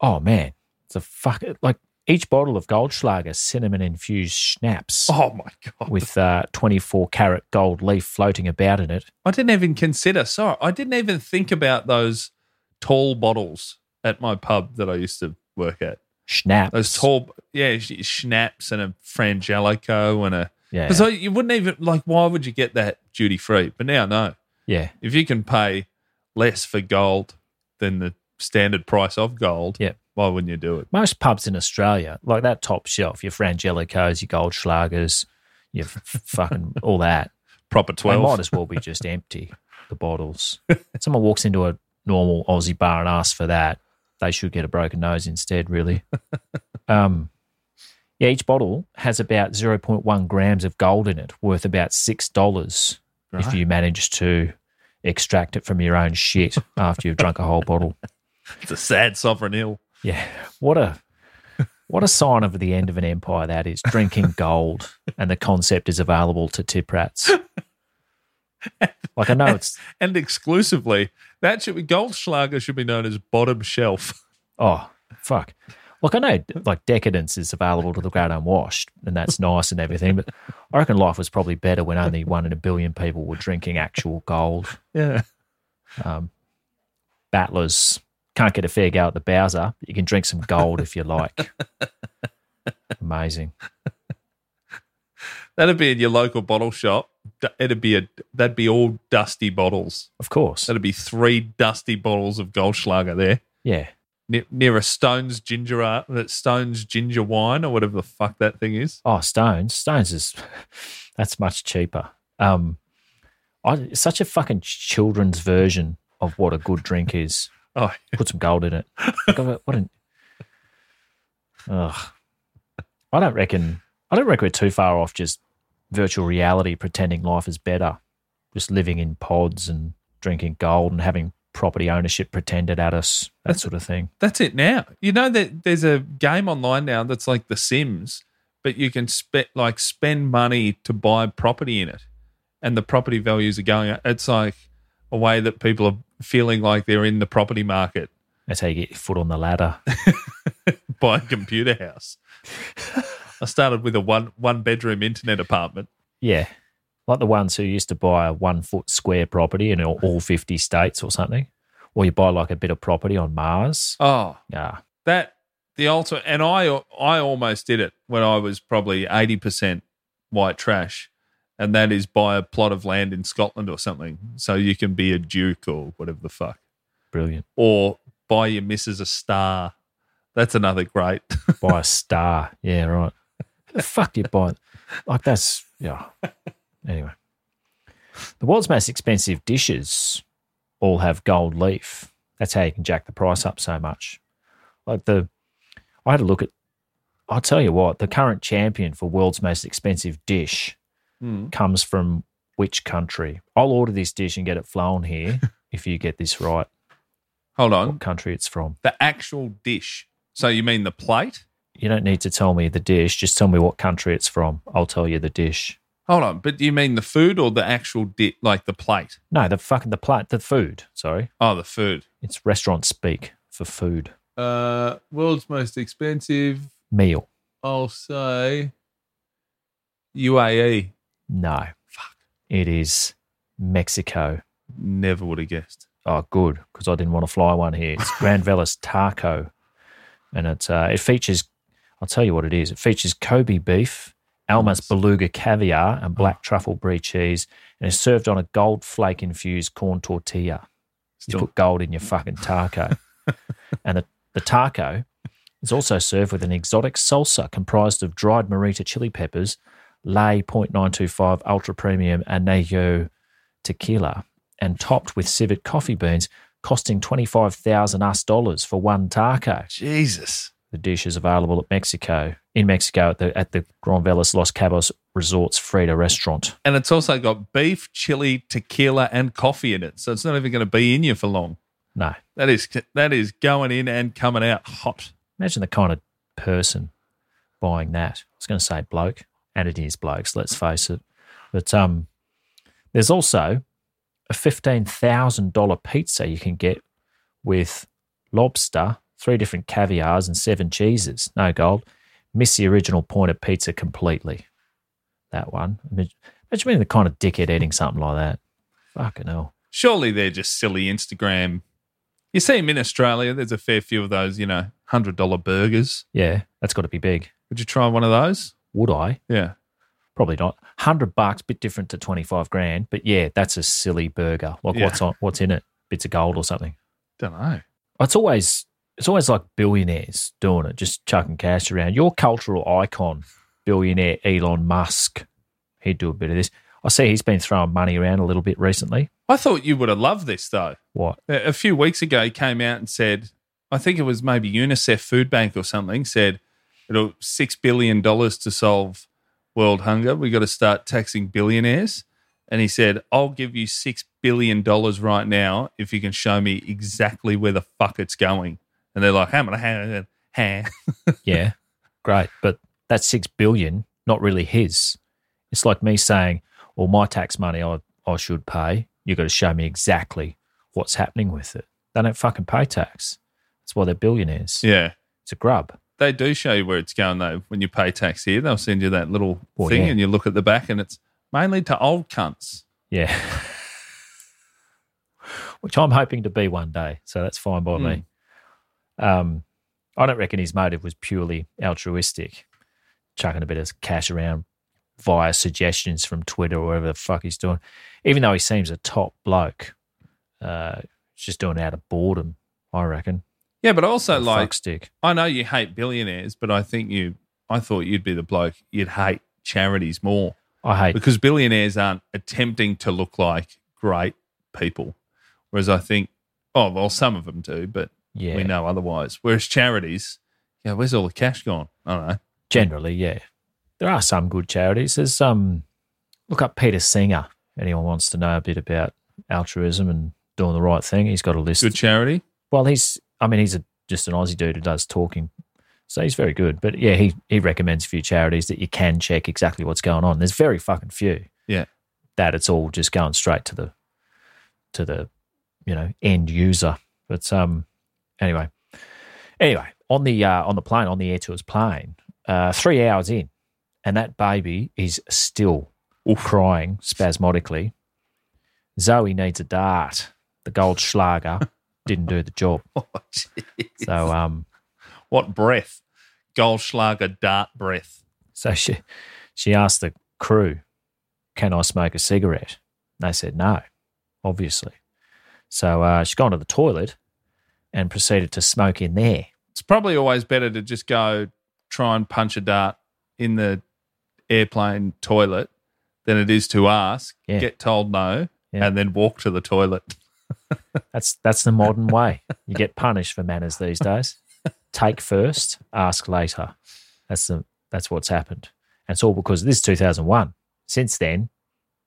S2: Oh man, it's a fuck. Like each bottle of Goldschlager cinnamon infused schnapps
S1: Oh my god!
S2: with uh, 24 carat gold leaf floating about in it.
S1: I didn't even consider. Sorry, I didn't even think about those tall bottles at my pub that I used to work at.
S2: Schnapps.
S1: Those tall, yeah, sh- schnapps and a frangelico and a.
S2: Yeah.
S1: Because you wouldn't even like. Why would you get that duty free? But now, no.
S2: yeah.
S1: If you can pay less for gold than the standard price of gold,
S2: Yep.
S1: why wouldn't you do it?
S2: Most pubs in Australia, like that top shelf, your Frangelicos, your Goldschlagers, your f- fucking all that.
S1: Proper twelve.
S2: They might as well be just empty, the bottles. Someone walks into a normal Aussie bar and asks for that. They should get a broken nose instead, really. Um, yeah, each bottle has about 0.1 grams of gold in it, worth about $6 if
S1: Right.
S2: you manage to extract it from your own shit after you've drunk a whole bottle.
S1: It's a sad sovereign ill.
S2: Yeah. What a. What a sign of the end of an empire that is, drinking gold, and the concept is available to tip rats. Like, I know it's
S1: and exclusively. That should be Goldschlager should be known as bottom shelf.
S2: Oh, fuck. Look, I know like decadence is available to the great unwashed, and that's nice and everything, but I reckon life was probably better when only one in a billion people were drinking actual gold.
S1: Yeah.
S2: Um, battlers can't get a fair go at the Bowser, but you can drink some gold if you like. Amazing.
S1: That'd be in your local bottle shop. D- It'd be a that'd be all dusty bottles.
S2: Of course.
S1: That'd be three dusty bottles of Goldschlager there.
S2: Yeah.
S1: Near, near a Stone's ginger art, that Stone's ginger wine or whatever the fuck that thing is.
S2: Oh, Stones. Stones is that's much cheaper. Um, I, it's such a fucking children's version of what a good drink is.
S1: Oh,
S2: put some gold in it. Like, I'm like, what an. Ugh. I don't reckon. I don't reckon we're too far off just virtual reality pretending life is better, just living in pods and drinking gold and having property ownership pretended at us, that
S1: That's-
S2: sort of thing.
S1: That's it now. You know that there's a game online now that's like The Sims, but you can spe- like spend money to buy property in it, and the property values are going. up. It's like a way that people are feeling like they're in the property market
S2: That's how you get your foot on the ladder.
S1: by a computer house. I started with a one one bedroom internet apartment.
S2: Yeah. Like the ones who used to buy a one foot square property in all- all 50 states or something. Or you buy like a bit of property on Mars.
S1: Oh,
S2: Yeah.
S1: that the ultimate and i i almost did it when i was probably 80% white trash and that is buy a plot of land in scotland or something so you can be a duke or whatever the fuck
S2: Brilliant.
S1: or buy your missus a star that's another great
S2: Buy a star. Yeah, right. The fuck do you buy? Like that's, yeah. Anyway. The world's most expensive dishes all have gold leaf. That's how you can jack the price up so much. Like the, I had a look at, I'll tell you what, the current champion for world's most expensive dish
S1: Hmm.
S2: comes from which country. I'll order this dish and get it flown here if you get this right.
S1: hold on
S2: What country it's from.
S1: the actual dish so you mean the plate
S2: You don't need to tell me the dish. Just tell me what country it's from. I'll tell you the dish.
S1: hold on but do you mean the food or the actual di- like the plate
S2: No, the fucking the plate, the food. Sorry,
S1: oh the food
S2: it's restaurant speak for food
S1: uh world's most expensive
S2: meal.
S1: i'll say E. uae
S2: No, fuck. It is Mexico.
S1: Never would have guessed.
S2: Oh, good, because I didn't want to fly one here. It's Grand Velas Taco, and it uh, it features. I'll tell you what it is. It features Kobe beef, Almas beluga caviar, and black truffle brie cheese, and is served on a gold flake infused corn tortilla. You
S1: Still-
S2: put gold in your fucking taco, and the the taco is also served with an exotic salsa comprised of dried marita chili peppers, lay 0.925 ultra premium anillo tequila and topped with civet coffee beans, costing 25,000 US dollars for one taco.
S1: Jesus.
S2: The dish is available at Mexico, in Mexico at the at the Gran Velas Los Cabos Resort's Frida restaurant.
S1: And it's also got beef, chili, tequila, and coffee in it. So it's not even going to be in you for long.
S2: No.
S1: That is that is going in and coming out hot.
S2: Imagine the kind of person buying that. I was going to say bloke, and it is blokes, let's face it. But um, there's also a $15,000 pizza you can get with lobster, three different caviars, and seven cheeses. No gold. Miss the original point of pizza completely. That one. Imagine being the kind of dickhead eating something like that. Fucking hell.
S1: Surely they're just silly Instagram. You see them in Australia, there's a fair few of those, you know, $100 burgers.
S2: Yeah, that's got to be big.
S1: Would you try one of those?
S2: Would I?
S1: Yeah.
S2: Probably not. Hundred bucks, bit different to twenty five grand. But yeah, that's a silly burger. Like
S1: Yeah.
S2: what's on what's in it? Bits of gold or something.
S1: Don't know.
S2: It's always it's always like billionaires doing it, just chucking cash around. Your cultural icon, billionaire Elon Musk. He'd do a bit of this. I see he's been throwing money around a little bit recently.
S1: I thought you would have loved this though.
S2: What?
S1: A a few weeks ago, he came out and said, I think it was maybe UNICEF Food Bank or something, said it'll $6 billion to solve world hunger. we got to start taxing billionaires. And he said, I'll give you $6 billion right now if you can show me exactly where the fuck it's going. And they're like, hammer, hammer, hammer.
S2: Yeah. Great. But that six billion, not really his. It's like me saying, Well, my tax money I, I should pay. You gotta show me exactly what's happening with it. They don't fucking pay tax. That's why they're billionaires.
S1: Yeah.
S2: It's a grub.
S1: They do show you where it's going though. When you pay tax here, they'll send you that little
S2: Well,
S1: thing
S2: yeah.
S1: and you look at the back and it's mainly to old cunts.
S2: Yeah. Which I'm hoping to be one day. So that's fine by me.
S1: Hmm.
S2: Um, I don't reckon his motive was purely altruistic, chucking a bit of cash around via suggestions from Twitter or whatever the fuck he's doing. Even though he seems a top bloke, uh, he's just doing it out of boredom, I reckon.
S1: Yeah, but also
S2: Fuck
S1: like
S2: stick.
S1: I know you hate billionaires, but I think you, I thought you'd be the bloke you'd hate charities more
S2: I hate.
S1: because billionaires aren't attempting to look like great people. Whereas I think, oh, well, some of them do, but
S2: Yeah.
S1: we know otherwise. Whereas charities, yeah, where's all the cash gone? I don't know.
S2: Generally, yeah. There are some good charities. There's um look up Peter Singer. Anyone wants to know a bit about altruism and doing the right thing, he's got a list.
S1: Good charity.
S2: well, he's I mean, he's a, just an Aussie dude who does talking. So he's very good. But yeah, he he recommends a few charities that you can check exactly what's going on. There's very fucking few.
S1: Yeah.
S2: That it's all just going straight to the to the, you know, end user. But um anyway. Anyway, on the uh, on the plane, on the Air Tours plane, uh, three hours in, and that baby is still crying spasmodically. Zoe needs a dart. The gold schlager didn't do the job.
S1: Oh, jeez.
S2: So um,
S1: What breath? Goldschlager dart breath.
S2: so she she asked the crew, "Can I smoke a cigarette?" And they said no, obviously. So uh, she's gone to the toilet and proceeded to smoke in there.
S1: It's probably always better to just go try and punch a dart in the airplane toilet than it is to ask,
S2: Yeah.
S1: get told no,
S2: Yeah.
S1: and then walk to the toilet.
S2: That's that's the modern way. You get punished for manners these days. Take first, ask later. That's the that's what's happened. And it's all because of this 2001. Since then,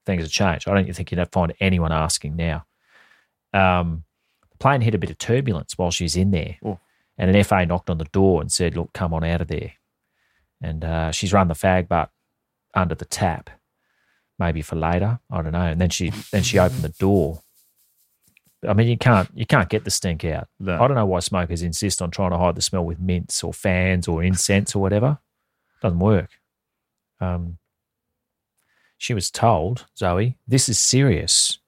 S2: things have changed. I don't think you'd find anyone asking now. Um, the plane hit a bit of turbulence while she's in there,
S1: Oh.
S2: and an FA knocked on the door and said, "Look, come on out of there." And uh, she's run the fag butt under the tap, maybe for later. I don't know. And then she then she opened the door I mean, you can't you can't get the stink out.
S1: No.
S2: I don't know why smokers insist on trying to hide the smell with mints or fans or incense or whatever. Doesn't work. Um, she was told, Zoe, this is serious.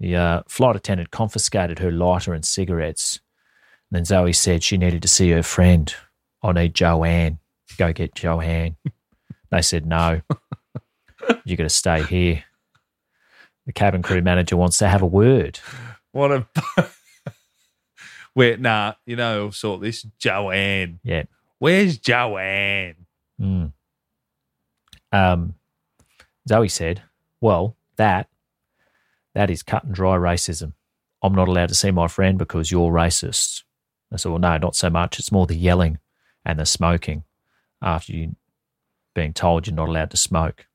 S2: The uh, flight attendant confiscated her lighter and cigarettes. And then Zoe said she needed to see her friend. I need Joanne. Go get Joanne. they said no. You're going to stay here. The cabin crew manager wants to have a word.
S1: What a. Wait, nah, you know, who'll sort this. Joanne.
S2: Yeah.
S1: Where's Joanne?
S2: Mm. Um, Zoe said, "Well, that that is cut and dry racism. I'm not allowed to see my friend because you're racist. I said, well, no, not so much. It's more the yelling and the smoking after you being told you're not allowed to smoke.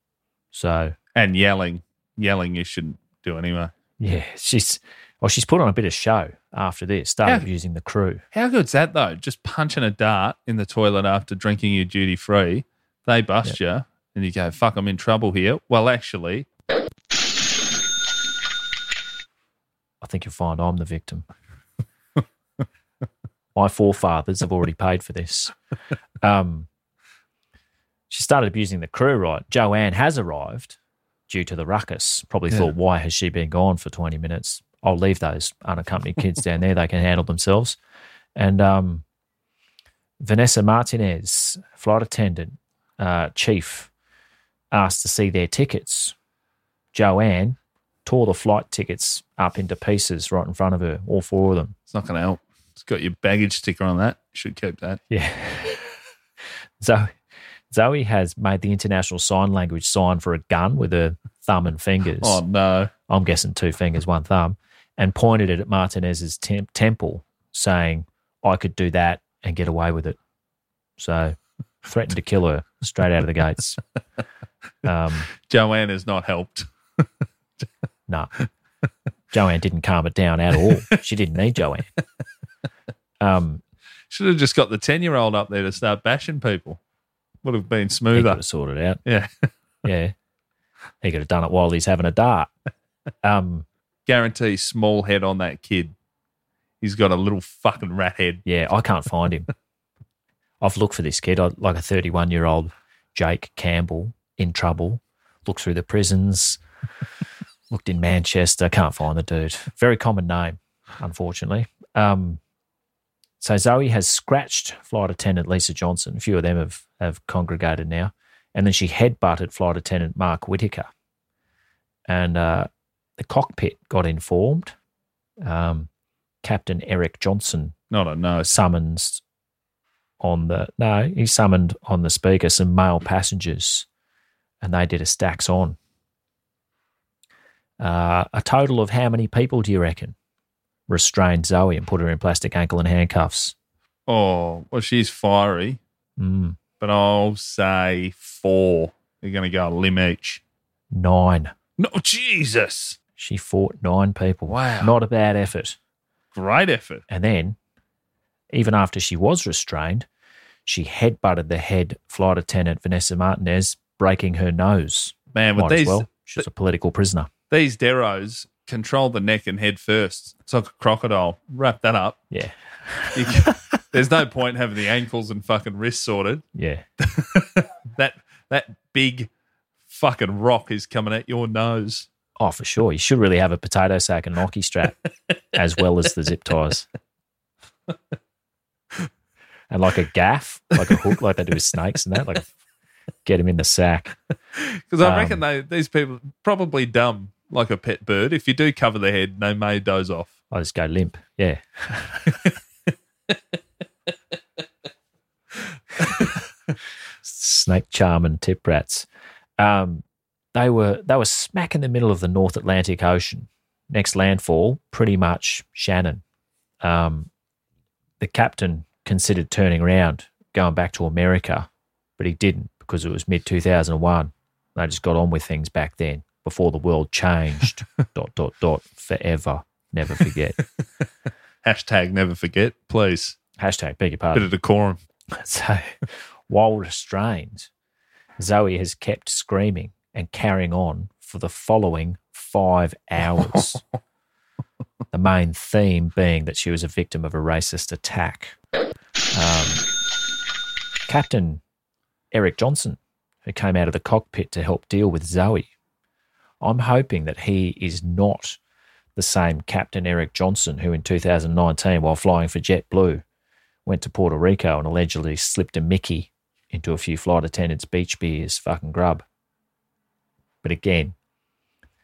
S2: So
S1: and yelling, yelling you shouldn't do anyway.
S2: yeah, she's well, she's put on a bit of show after this. Started using the crew.
S1: How good's that though? Just punching a dart in the toilet after drinking your duty free. They bust you and you go, fuck, I'm in trouble here. Well, actually,
S2: I think you'll find I'm the victim. My forefathers have already paid for this. Um, she started abusing the crew, right? Joanne has arrived due to the ruckus. Probably
S12: Yeah.
S2: thought, why has she been gone for 20 minutes? I'll leave those unaccompanied kids down there. They can handle themselves. And um, Vanessa Martinez, flight attendant, uh, chief, asked to see their tickets. Joanne tore the flight tickets up into pieces right in front of her, all four of them.
S1: it's not going to help. It's got your baggage sticker on that. You should keep that.
S2: Yeah. Zoe, Zoe has made the international sign language sign for a gun with her thumb and fingers.
S1: Oh, no.
S2: I'm guessing two fingers, one thumb, and pointed it at Martinez's tem- temple, saying, I could do that and get away with it. So threatened to kill her straight out of the gates. Um,
S1: Joanne has not helped.
S2: No. Joanne didn't calm it down at all. She didn't need Joanne. Um,
S1: Should have just got the 10 year old up there to start bashing people. Would have been
S2: he
S1: smoother.
S2: could have sorted it out.
S1: Yeah.
S2: Yeah. He could have done it while he's having a dart. Um,
S1: Guarantee small head on that kid. He's got a little fucking rat head.
S2: yeah, I can't find him. I've looked for this kid, I, like a 31 year old Jake Campbell in trouble. Looked through the prisons, looked in Manchester, can't find the dude. Very common name, unfortunately. Um, so Zoe has scratched flight attendant Lisa Johnson. A few of them have, have congregated now. And then she headbutted flight attendant Mark Whitaker. And uh, the cockpit got informed. Um, Captain Eric Johnson
S1: Not a no.
S2: summons on the no, he summoned on the speaker some male passengers, and they did a stacks on. Uh, a total of how many people do you reckon restrained Zoe and put her in plastic ankle and handcuffs?
S1: Oh, well, she's fiery,
S2: Mm,
S1: but I'll say four. You're going to go a limb each.
S2: nine.
S1: No, Jesus.
S2: She fought nine people.
S1: Wow.
S2: not a bad effort.
S1: Great effort.
S2: And then, even after she was restrained, she headbutted the head flight attendant Vanessa Martinez, breaking her nose.
S1: Man, with
S2: Might as
S1: these-
S2: well. She's a political prisoner.
S1: These Deros control the neck and head first. It's like a crocodile. Wrap that up.
S2: Yeah.
S1: You can- there's no point having the ankles and fucking wrists sorted.
S2: Yeah.
S1: That that big fucking rock is coming at your nose.
S2: Oh, for sure. You should really have a potato sack and Nike strap as well as the zip ties. And like a gaff, like a hook, like they do with snakes and that, like get them in the sack.
S1: Because I
S2: Um,
S1: reckon they these people probably dumb like a pet bird. If you do cover the head, they may doze off.
S2: I just go limp. Yeah. Snake charm and tip rats. Um, they were they were smack in the middle of the North Atlantic Ocean. Next landfall, pretty much Shannon. Um, the captain considered turning around, going back to America, but he didn't because it was mid two thousand and one. They just got on with things back then before the world changed. dot dot dot forever. Never forget.
S1: Hashtag never forget, please.
S2: Hashtag beg your
S1: Bit
S2: pardon.
S1: of decorum.
S2: So while restrained, Zoe has kept screaming and carrying on for the following five hours. the main theme being that she was a victim of a racist attack. Um, Captain Eric Johnson, who came out of the cockpit to help deal with Zoe, I'm hoping that he is not the same Captain Eric Johnson who in 2019, while flying for JetBlue, went to Puerto Rico and allegedly slipped a Mickey into a few flight attendants' beach beers, fucking grub. But again,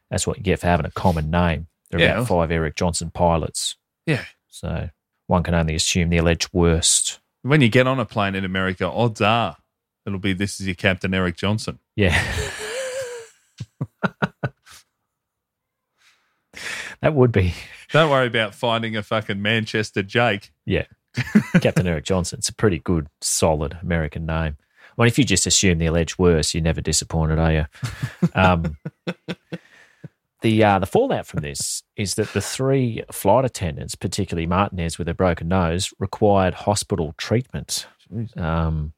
S2: that's what you get for having a common name. There are
S1: Yeah.
S2: about five Eric Johnson pilots.
S1: Yeah.
S2: So one can only assume the alleged worst.
S1: When you get on a plane in America, odds are it'll be this is your Captain Eric Johnson.
S2: Yeah. that would be
S1: Don't worry about finding a fucking Manchester Jake.
S2: Yeah. Captain Eric Johnson. It's a pretty good, solid American name. I mean, if you just assume the alleged worst, you're never disappointed, are you? Um, the uh, the fallout from this is that the three flight attendants, particularly Martinez with a broken nose, required hospital treatment. Um,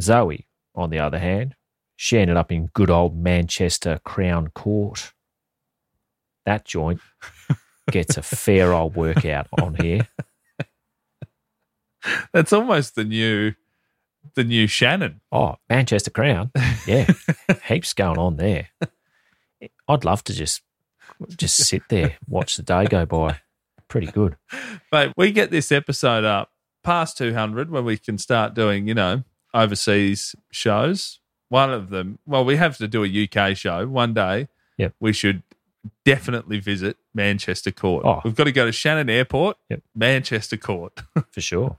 S2: Zoe, on the other hand, she ended up in good old Manchester Crown Court. That joint gets a fair old workout on here.
S1: That's almost the new, the new Shannon.
S2: Oh, Manchester Crown. Yeah. Heaps going on there. I'd love to just just sit there, watch the day go by. Pretty good.
S1: But we get this episode up past 200 when we can start doing, you know, overseas shows. One of them, well, we have to do a UK show one day.
S2: Yep.
S1: We should definitely visit Manchester Court.
S2: Oh.
S1: We've got to go to Shannon Airport,
S2: Yep.
S1: Manchester Court.
S2: for sure.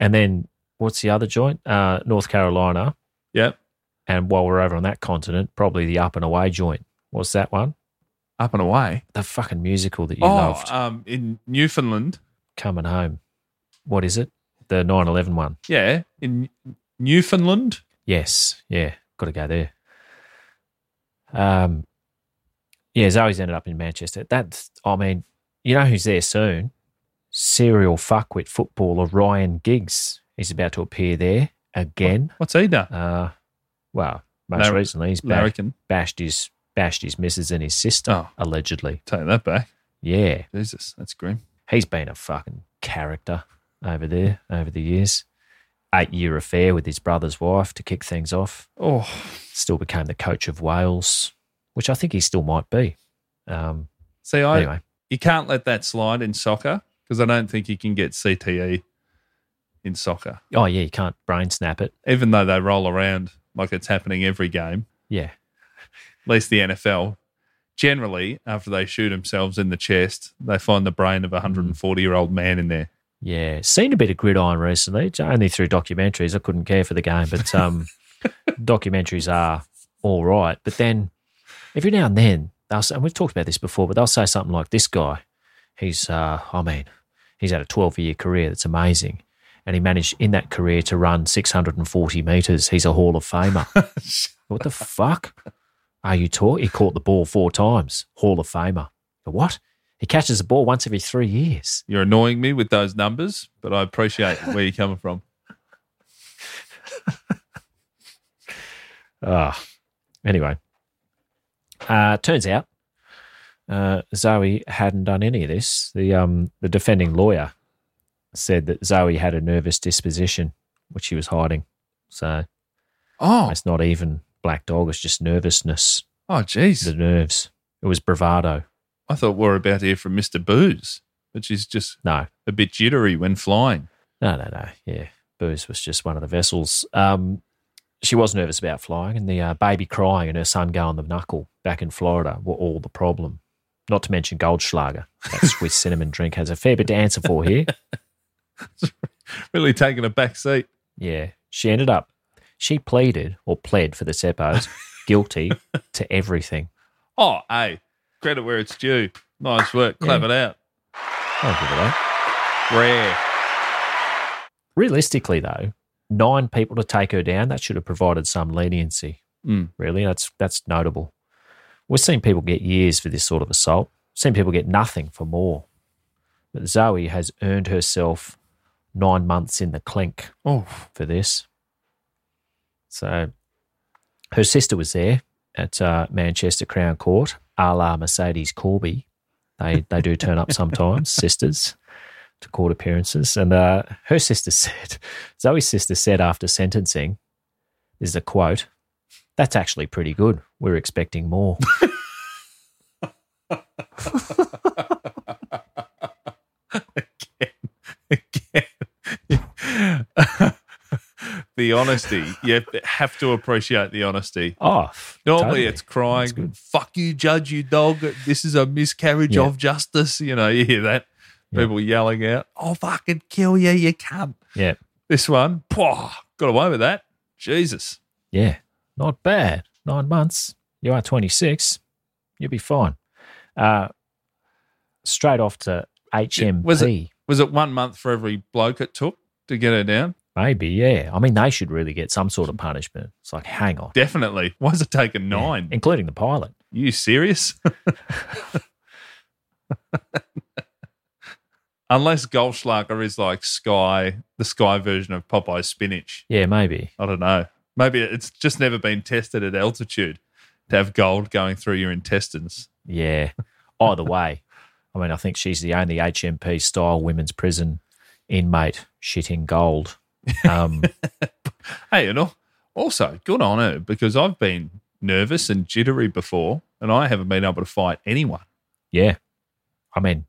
S2: And then what's the other joint? Uh, North Carolina.
S1: yep.
S2: And while we're over on that continent, probably the up and away joint. What's that one?
S1: Up and away.
S2: The fucking musical that you
S1: oh,
S2: loved,
S1: um, in Newfoundland.
S2: Coming Home. What is it? The 9 11 one.
S1: Yeah. In Newfoundland.
S2: Yes. Yeah. Got to go there. Um, yeah, Zoe's ended up in Manchester. That's, I mean, you know who's there soon? Serial fuckwit footballer Ryan Giggs is about to appear there again.
S1: What's he done?
S2: Uh, well, most
S1: Larry-
S2: recently he's ba-
S1: Larrikin.
S2: bashed his bashed his missus and his sister
S1: Oh.
S2: allegedly.
S1: Take that back.
S2: Yeah,
S1: Jesus, that's grim.
S2: he's been a fucking character over there over the years. Eight year affair with his brother's wife to kick things off.
S1: Oh,
S2: Still became the coach of Wales, which I think he still might be. Um,
S1: see, I
S2: anyway,
S1: you can't let that slide in soccer because I don't think you can get CTE in soccer,
S2: oh yeah, you can't brain snap it.
S1: even though they roll around like it's happening every game.
S2: Yeah,
S1: At least the NFL. Generally, after they shoot themselves in the chest, they find the brain of a 140 year old man in there.
S2: yeah. Seen a bit of gridiron recently, j- only through documentaries. I couldn't care for the game, but um, documentaries are all right. But then every now and then they'll say, and we've talked about this before, but they'll say something like, "This guy, he's, uh, I mean, he's had a 12-year career that's amazing, and he managed in that career to run 640 meters. He's a Hall of Famer." what the fuck are you talking? He caught the ball four times, Hall of Famer. What? He catches the ball once every three years.
S1: You're annoying me with those numbers, but I appreciate where you're coming from.
S2: Ah, anyway, uh, turns out uh, Zoe hadn't done any of this. The um, the defending lawyer said that Zoe had a nervous disposition, which she was hiding. So
S1: Oh,
S2: it's not even black dog; it's just nervousness,
S1: oh, jeez.
S2: the nerves. It was bravado.
S1: I thought we were about to hear from Mr. Booze, which is just
S2: No,
S1: a bit jittery when flying.
S2: No, no, no. Yeah, booze was just one of the vessels. Um, she was nervous about flying, and the uh, baby crying and her son going the knuckle back in Florida were all the problem. Not to mention Goldschlager. That Swiss cinnamon drink has a fair bit to answer for here.
S1: Really taking a back seat.
S2: Yeah, she ended up. She pleaded or pled for the Seppos guilty to everything.
S1: Oh, hey, credit where it's due. Nice work. Clap it out.
S2: I'll give her that.
S1: Rare.
S2: Realistically, though, nine people to take her down. That should have provided some leniency.
S1: Mm.
S2: really. That's that's notable. We've seen people get years for this sort of assault. seen people get nothing for more. But Zoe has earned herself nine months in the clink
S1: Oh,
S2: for this. So her sister was there at uh, Manchester Crown Court, a la Mercedes Corby. They they do turn up sometimes, sisters, to court appearances. And uh, her sister said, Zoe's sister said after sentencing, this is a quote, that's actually pretty good. We're expecting more.
S1: again. the honesty. You have to appreciate the honesty.
S2: Off.
S1: Normally it's crying,
S2: That's good.
S1: fuck you, judge, you dog. This is a miscarriage
S2: Yeah.
S1: of justice. You know, you hear that.
S2: Yeah.
S1: People yelling out, I'll fucking kill you, you cunt.
S2: Yeah.
S1: This one, pwah, got away with that. Jesus.
S2: Yeah, not bad. Nine months. You are 26. You'll be fine. Uh, straight off to HMP.
S1: Was it, was it one month for every bloke it took to get her down?
S2: Maybe, yeah. I mean, they should really get some sort of punishment. It's like, hang on.
S1: Definitely. Why is it taking nine?
S2: Yeah, including the pilot.
S1: You serious? Unless Goldschlager is like Sky, the Sky version of Popeye spinach.
S2: Yeah, maybe.
S1: I don't know. Maybe it's just never been tested at altitude to have gold going through your intestines.
S2: Yeah. Either way, I mean, I think she's the only HMP style women's prison inmate shitting gold. Um,
S1: hey, and al- also good on her because I've been nervous and jittery before, and I haven't been able to fight anyone.
S2: yeah. I mean,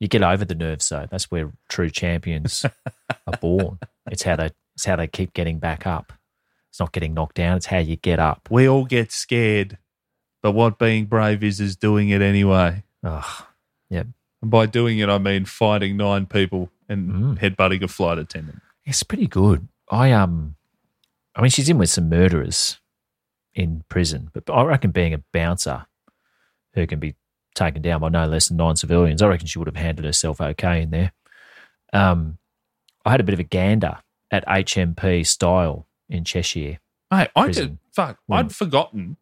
S2: you get over the nerves, though. That's where true champions are born. It's how they it's how they keep getting back up. It's not getting knocked down. It's how you get up.
S1: We all get scared, but what being brave is is doing it anyway.
S2: Ugh. Yep.
S1: And by doing it, I mean fighting nine people and headbutting a flight attendant.
S2: It's pretty good. I um, I mean, she's in with some murderers in prison, but I reckon being a bouncer who can be taken down by no less than nine civilians, I reckon she would have handled herself okay in there. Um, I had a bit of a gander at HMP style in Cheshire.
S1: Mate, I
S2: Prison.
S1: did. Fuck,
S2: Wouldn't-
S1: I'd forgotten.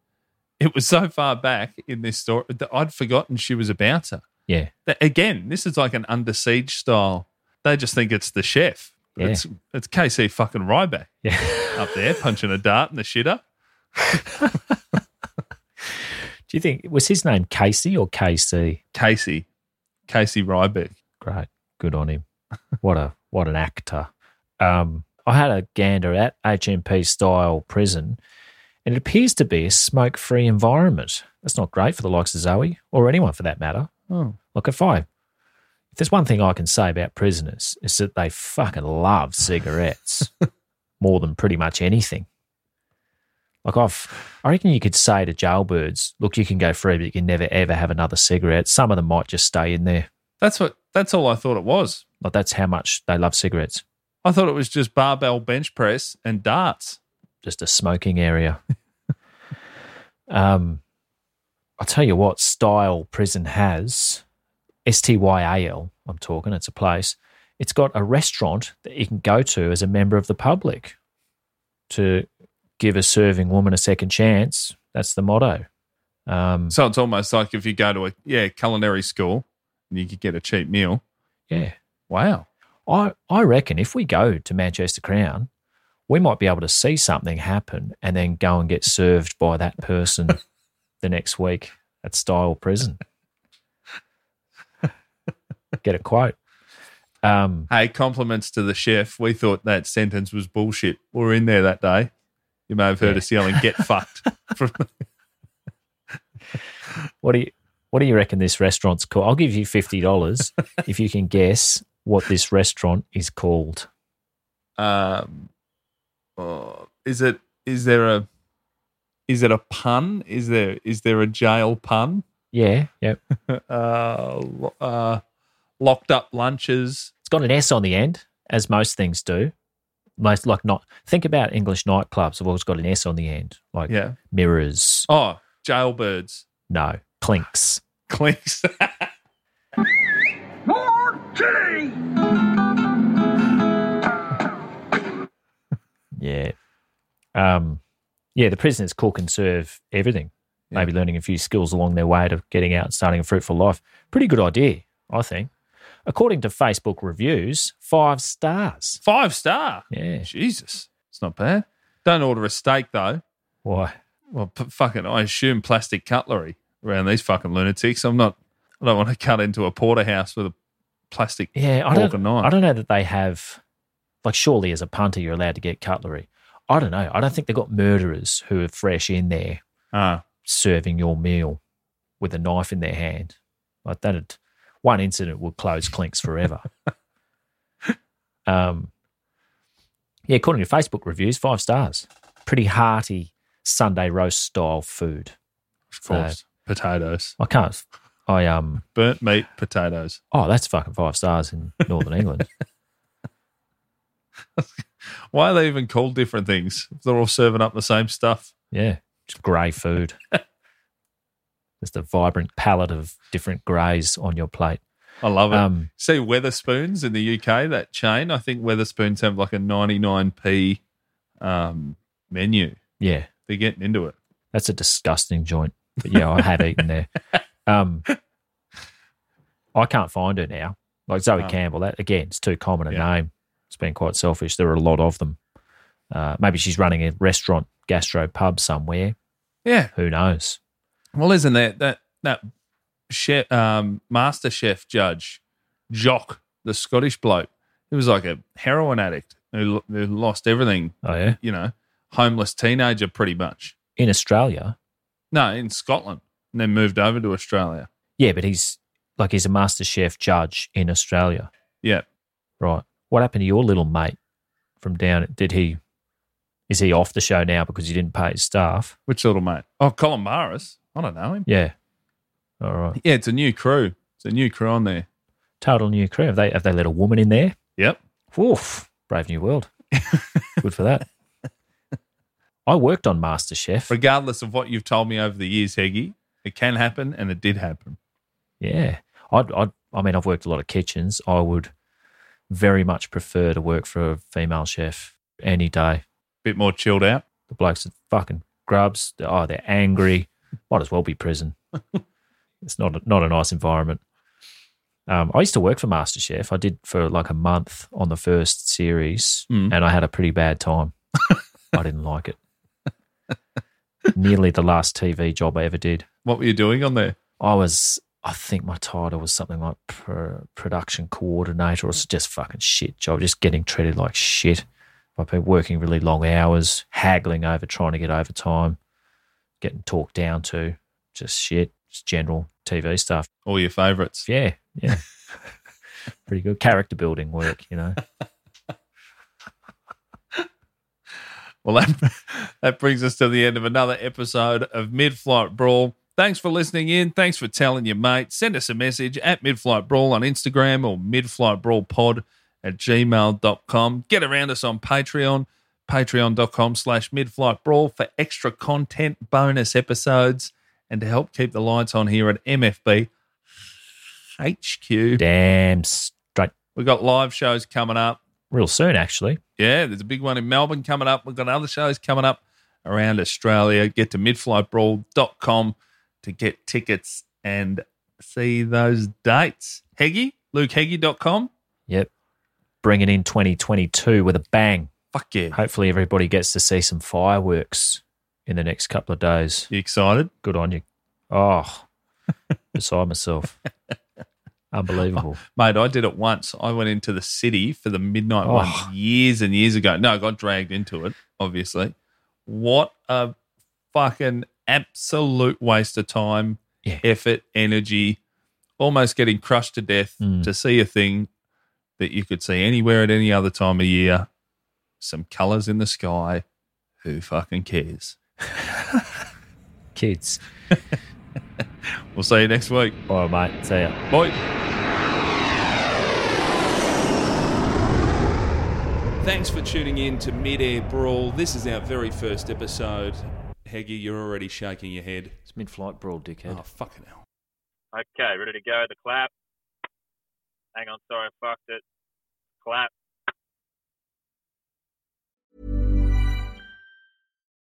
S1: It was so far back in this story that I'd forgotten she was a bouncer.
S2: Yeah,
S1: That- Again, this is like an under siege style. They just think it's the chef.
S2: Yeah.
S1: It's it's KC fucking Ryback
S2: yeah.
S1: up there punching a dart in the shitter.
S2: Do you think was his name Casey or KC?
S1: Casey, Casey Ryback.
S2: Great, good on him. What a what an actor. Um, I had a gander at HMP style prison, and it appears to be a smoke free environment. That's not great for the likes of Zoe or anyone for that matter.
S1: Oh.
S2: Look, if I if there's one thing I can say about prisoners is that they fucking love cigarettes more than pretty much anything. Like I've, I reckon you could say to jailbirds, "Look, you can go free, but you can never ever have another cigarette." Some of them might just stay in there.
S1: That's what. That's all I thought it was.
S2: Like that's how much they love cigarettes.
S1: I thought it was just barbell bench press and darts.
S2: Just a smoking area. um, I'll tell you what style prison has. S T Y A L. I'm talking. It's a place. It's got a restaurant that you can go to as a member of the public to give a serving woman a second chance. That's the motto. Um,
S1: So it's almost like if you go to a yeah culinary school and you could get a cheap meal.
S2: yeah.
S1: Wow.
S2: I, I reckon if we go to Manchester Crown, we might be able to see something happen and then go and get served by that person the next week at Style Prison. get a quote. Um,
S1: Hey, compliments to the chef. We thought that sentence was bullshit. We were in there that day. You may have heard
S2: Yeah.
S1: us yelling "Get fucked!" From,
S2: what do you what do you reckon this restaurant's called? I'll give you fifty dollars if you can guess what this restaurant is called.
S1: um, oh, is it? Is there a? Is it a pun? Is there? Is there a jail pun?
S2: Yeah, yep.
S1: Uh, lo- uh, locked up lunches.
S2: It's got an S on the end, as most things do. Most like not think about English nightclubs have always got an S on the end. Like
S1: Yeah.
S2: mirrors.
S1: Oh, jailbirds.
S2: No, clinks.
S1: Clinks.
S2: Yeah. Um, yeah, the prisoners cook and serve everything. Maybe learning a few skills along their way to getting out and starting a fruitful life. Pretty good idea, I think. According to Facebook reviews, five stars.
S1: Five star.
S2: Yeah.
S1: Jesus, it's not bad. Don't order a steak though.
S2: Why?
S1: Well, p- fucking, I assume plastic cutlery around these fucking lunatics. I'm not. I don't want to cut into a porterhouse with a plastic
S2: Yeah, I
S1: fork
S2: don't,
S1: and knife.
S2: I don't know that they have, like, surely as a punter, you're allowed to get cutlery. I don't know. I don't think they've got murderers who are fresh in there
S1: Ah,
S2: serving your meal with a knife in their hand. Like that, would one incident would close clinks forever. um, yeah, according to Facebook reviews, five stars. Pretty hearty Sunday roast style food.
S1: of course, potatoes,
S2: I can't. I um.
S1: burnt meat, potatoes.
S2: Oh, that's fucking five stars in Northern England.
S1: Why are they even called different things? They're all serving up the same stuff.
S2: Yeah, just grey food. There's the vibrant palette of different greys on your plate.
S1: I love it.
S2: Um,
S1: See Weatherspoons in the UK, that chain. I think Weatherspoons have like a 99p um, menu.
S2: Yeah.
S1: They're getting into it.
S2: That's a disgusting joint. But yeah, I had eaten there. Um, I can't find her now. Like Zoe
S1: Oh.
S2: Campbell, that again, it's too common a
S1: Yeah.
S2: name. It's been quite selfish. There are a lot of them. Uh, maybe she's running a restaurant, gastro pub somewhere.
S1: Yeah.
S2: Who knows?
S1: Well, isn't that that that chef, um, master chef judge Jock, the Scottish bloke, he was like a heroin addict who, lo- who lost everything.
S2: Oh, yeah?
S1: you know, homeless teenager, pretty much.
S2: In Australia,
S1: No, in Scotland, and then moved over to Australia.
S2: yeah, but he's like he's a master chef judge in Australia,
S1: Yeah,
S2: right? What happened to your little mate from down? Did he? Is he off the show now because he didn't pay his staff?
S1: which little mate? Oh, Colin Morris. I don't know him.
S2: Yeah. All right.
S1: Yeah, it's a new crew. It's a new crew on there.
S2: Total new crew. Have they have they let a woman in there?
S1: Yep.
S2: Woof. Brave New World. Good for that. I worked on MasterChef.
S1: Regardless of what you've told me over the years, Heggy, it can happen, and it did happen.
S2: Yeah. I'd, I'd, I mean, I've worked a lot of kitchens. I would very much prefer to work for a female chef any day.
S1: Bit more chilled out.
S2: The blokes are fucking grubs. They're, oh, they're angry. Might as well be prison. it's not a, not a nice environment. Um, I used to work for MasterChef. I did for like a month on the first series,
S1: Mm.
S2: and I had a pretty bad time. I didn't like it. Nearly the last TV job I ever did.
S1: What were you doing on there?
S2: I was, I think my title was something like pr- production coordinator or s- just fucking shit job, just getting treated like shit. I've been working really long hours, haggling over trying to get overtime, getting talked down to, just shit, just general TV stuff.
S1: All your favourites?
S2: Yeah, yeah. Pretty good character building work, you know.
S1: Well, that, that brings us to the end of another episode of Mid Flight Brawl. Thanks for listening in. Thanks for telling your mate. Send us a message at Mid Flight Brawl on Instagram or midflightbrawlpod at gmail.com. Get around us on Patreon, patreon.com slash midflightbrawl for extra content, bonus episodes, and to help keep the lights on here at MFB HQ.
S2: Damn straight.
S1: We've got live shows coming up.
S2: Real soon, actually.
S1: Yeah, there's a big one in Melbourne coming up. We've got other shows coming up around Australia. Get to midflightbrawl.com to get tickets and see those dates. Heggy, lukeheggy.com.
S2: Yep. Bringing in 2022 with a bang.
S1: Fuck yeah.
S2: Hopefully, everybody gets to see some fireworks in the next couple of days.
S1: You excited?
S2: Good on you. Oh, beside myself. Unbelievable.
S1: Mate, I did it once. I went into the city for the midnight
S2: Oh.
S1: one years and years ago. No, I got dragged into it, obviously. What a fucking absolute waste of time,
S2: Yeah.
S1: effort, energy, almost getting crushed to death
S2: Mm.
S1: to see a thing that you could see anywhere at any other time of year. Some colors in the sky. Who fucking cares?
S2: Kids.
S1: We'll see you next week.
S2: All right, mate. See ya.
S1: Bye. Thanks for tuning in to Mid Air Brawl. This is our very first episode. Heggy, you're already shaking your head.
S2: It's mid flight brawl, dickhead.
S1: Oh, fucking hell.
S13: Okay, ready to go. The clap. Hang on, sorry, I fucked it. Clap.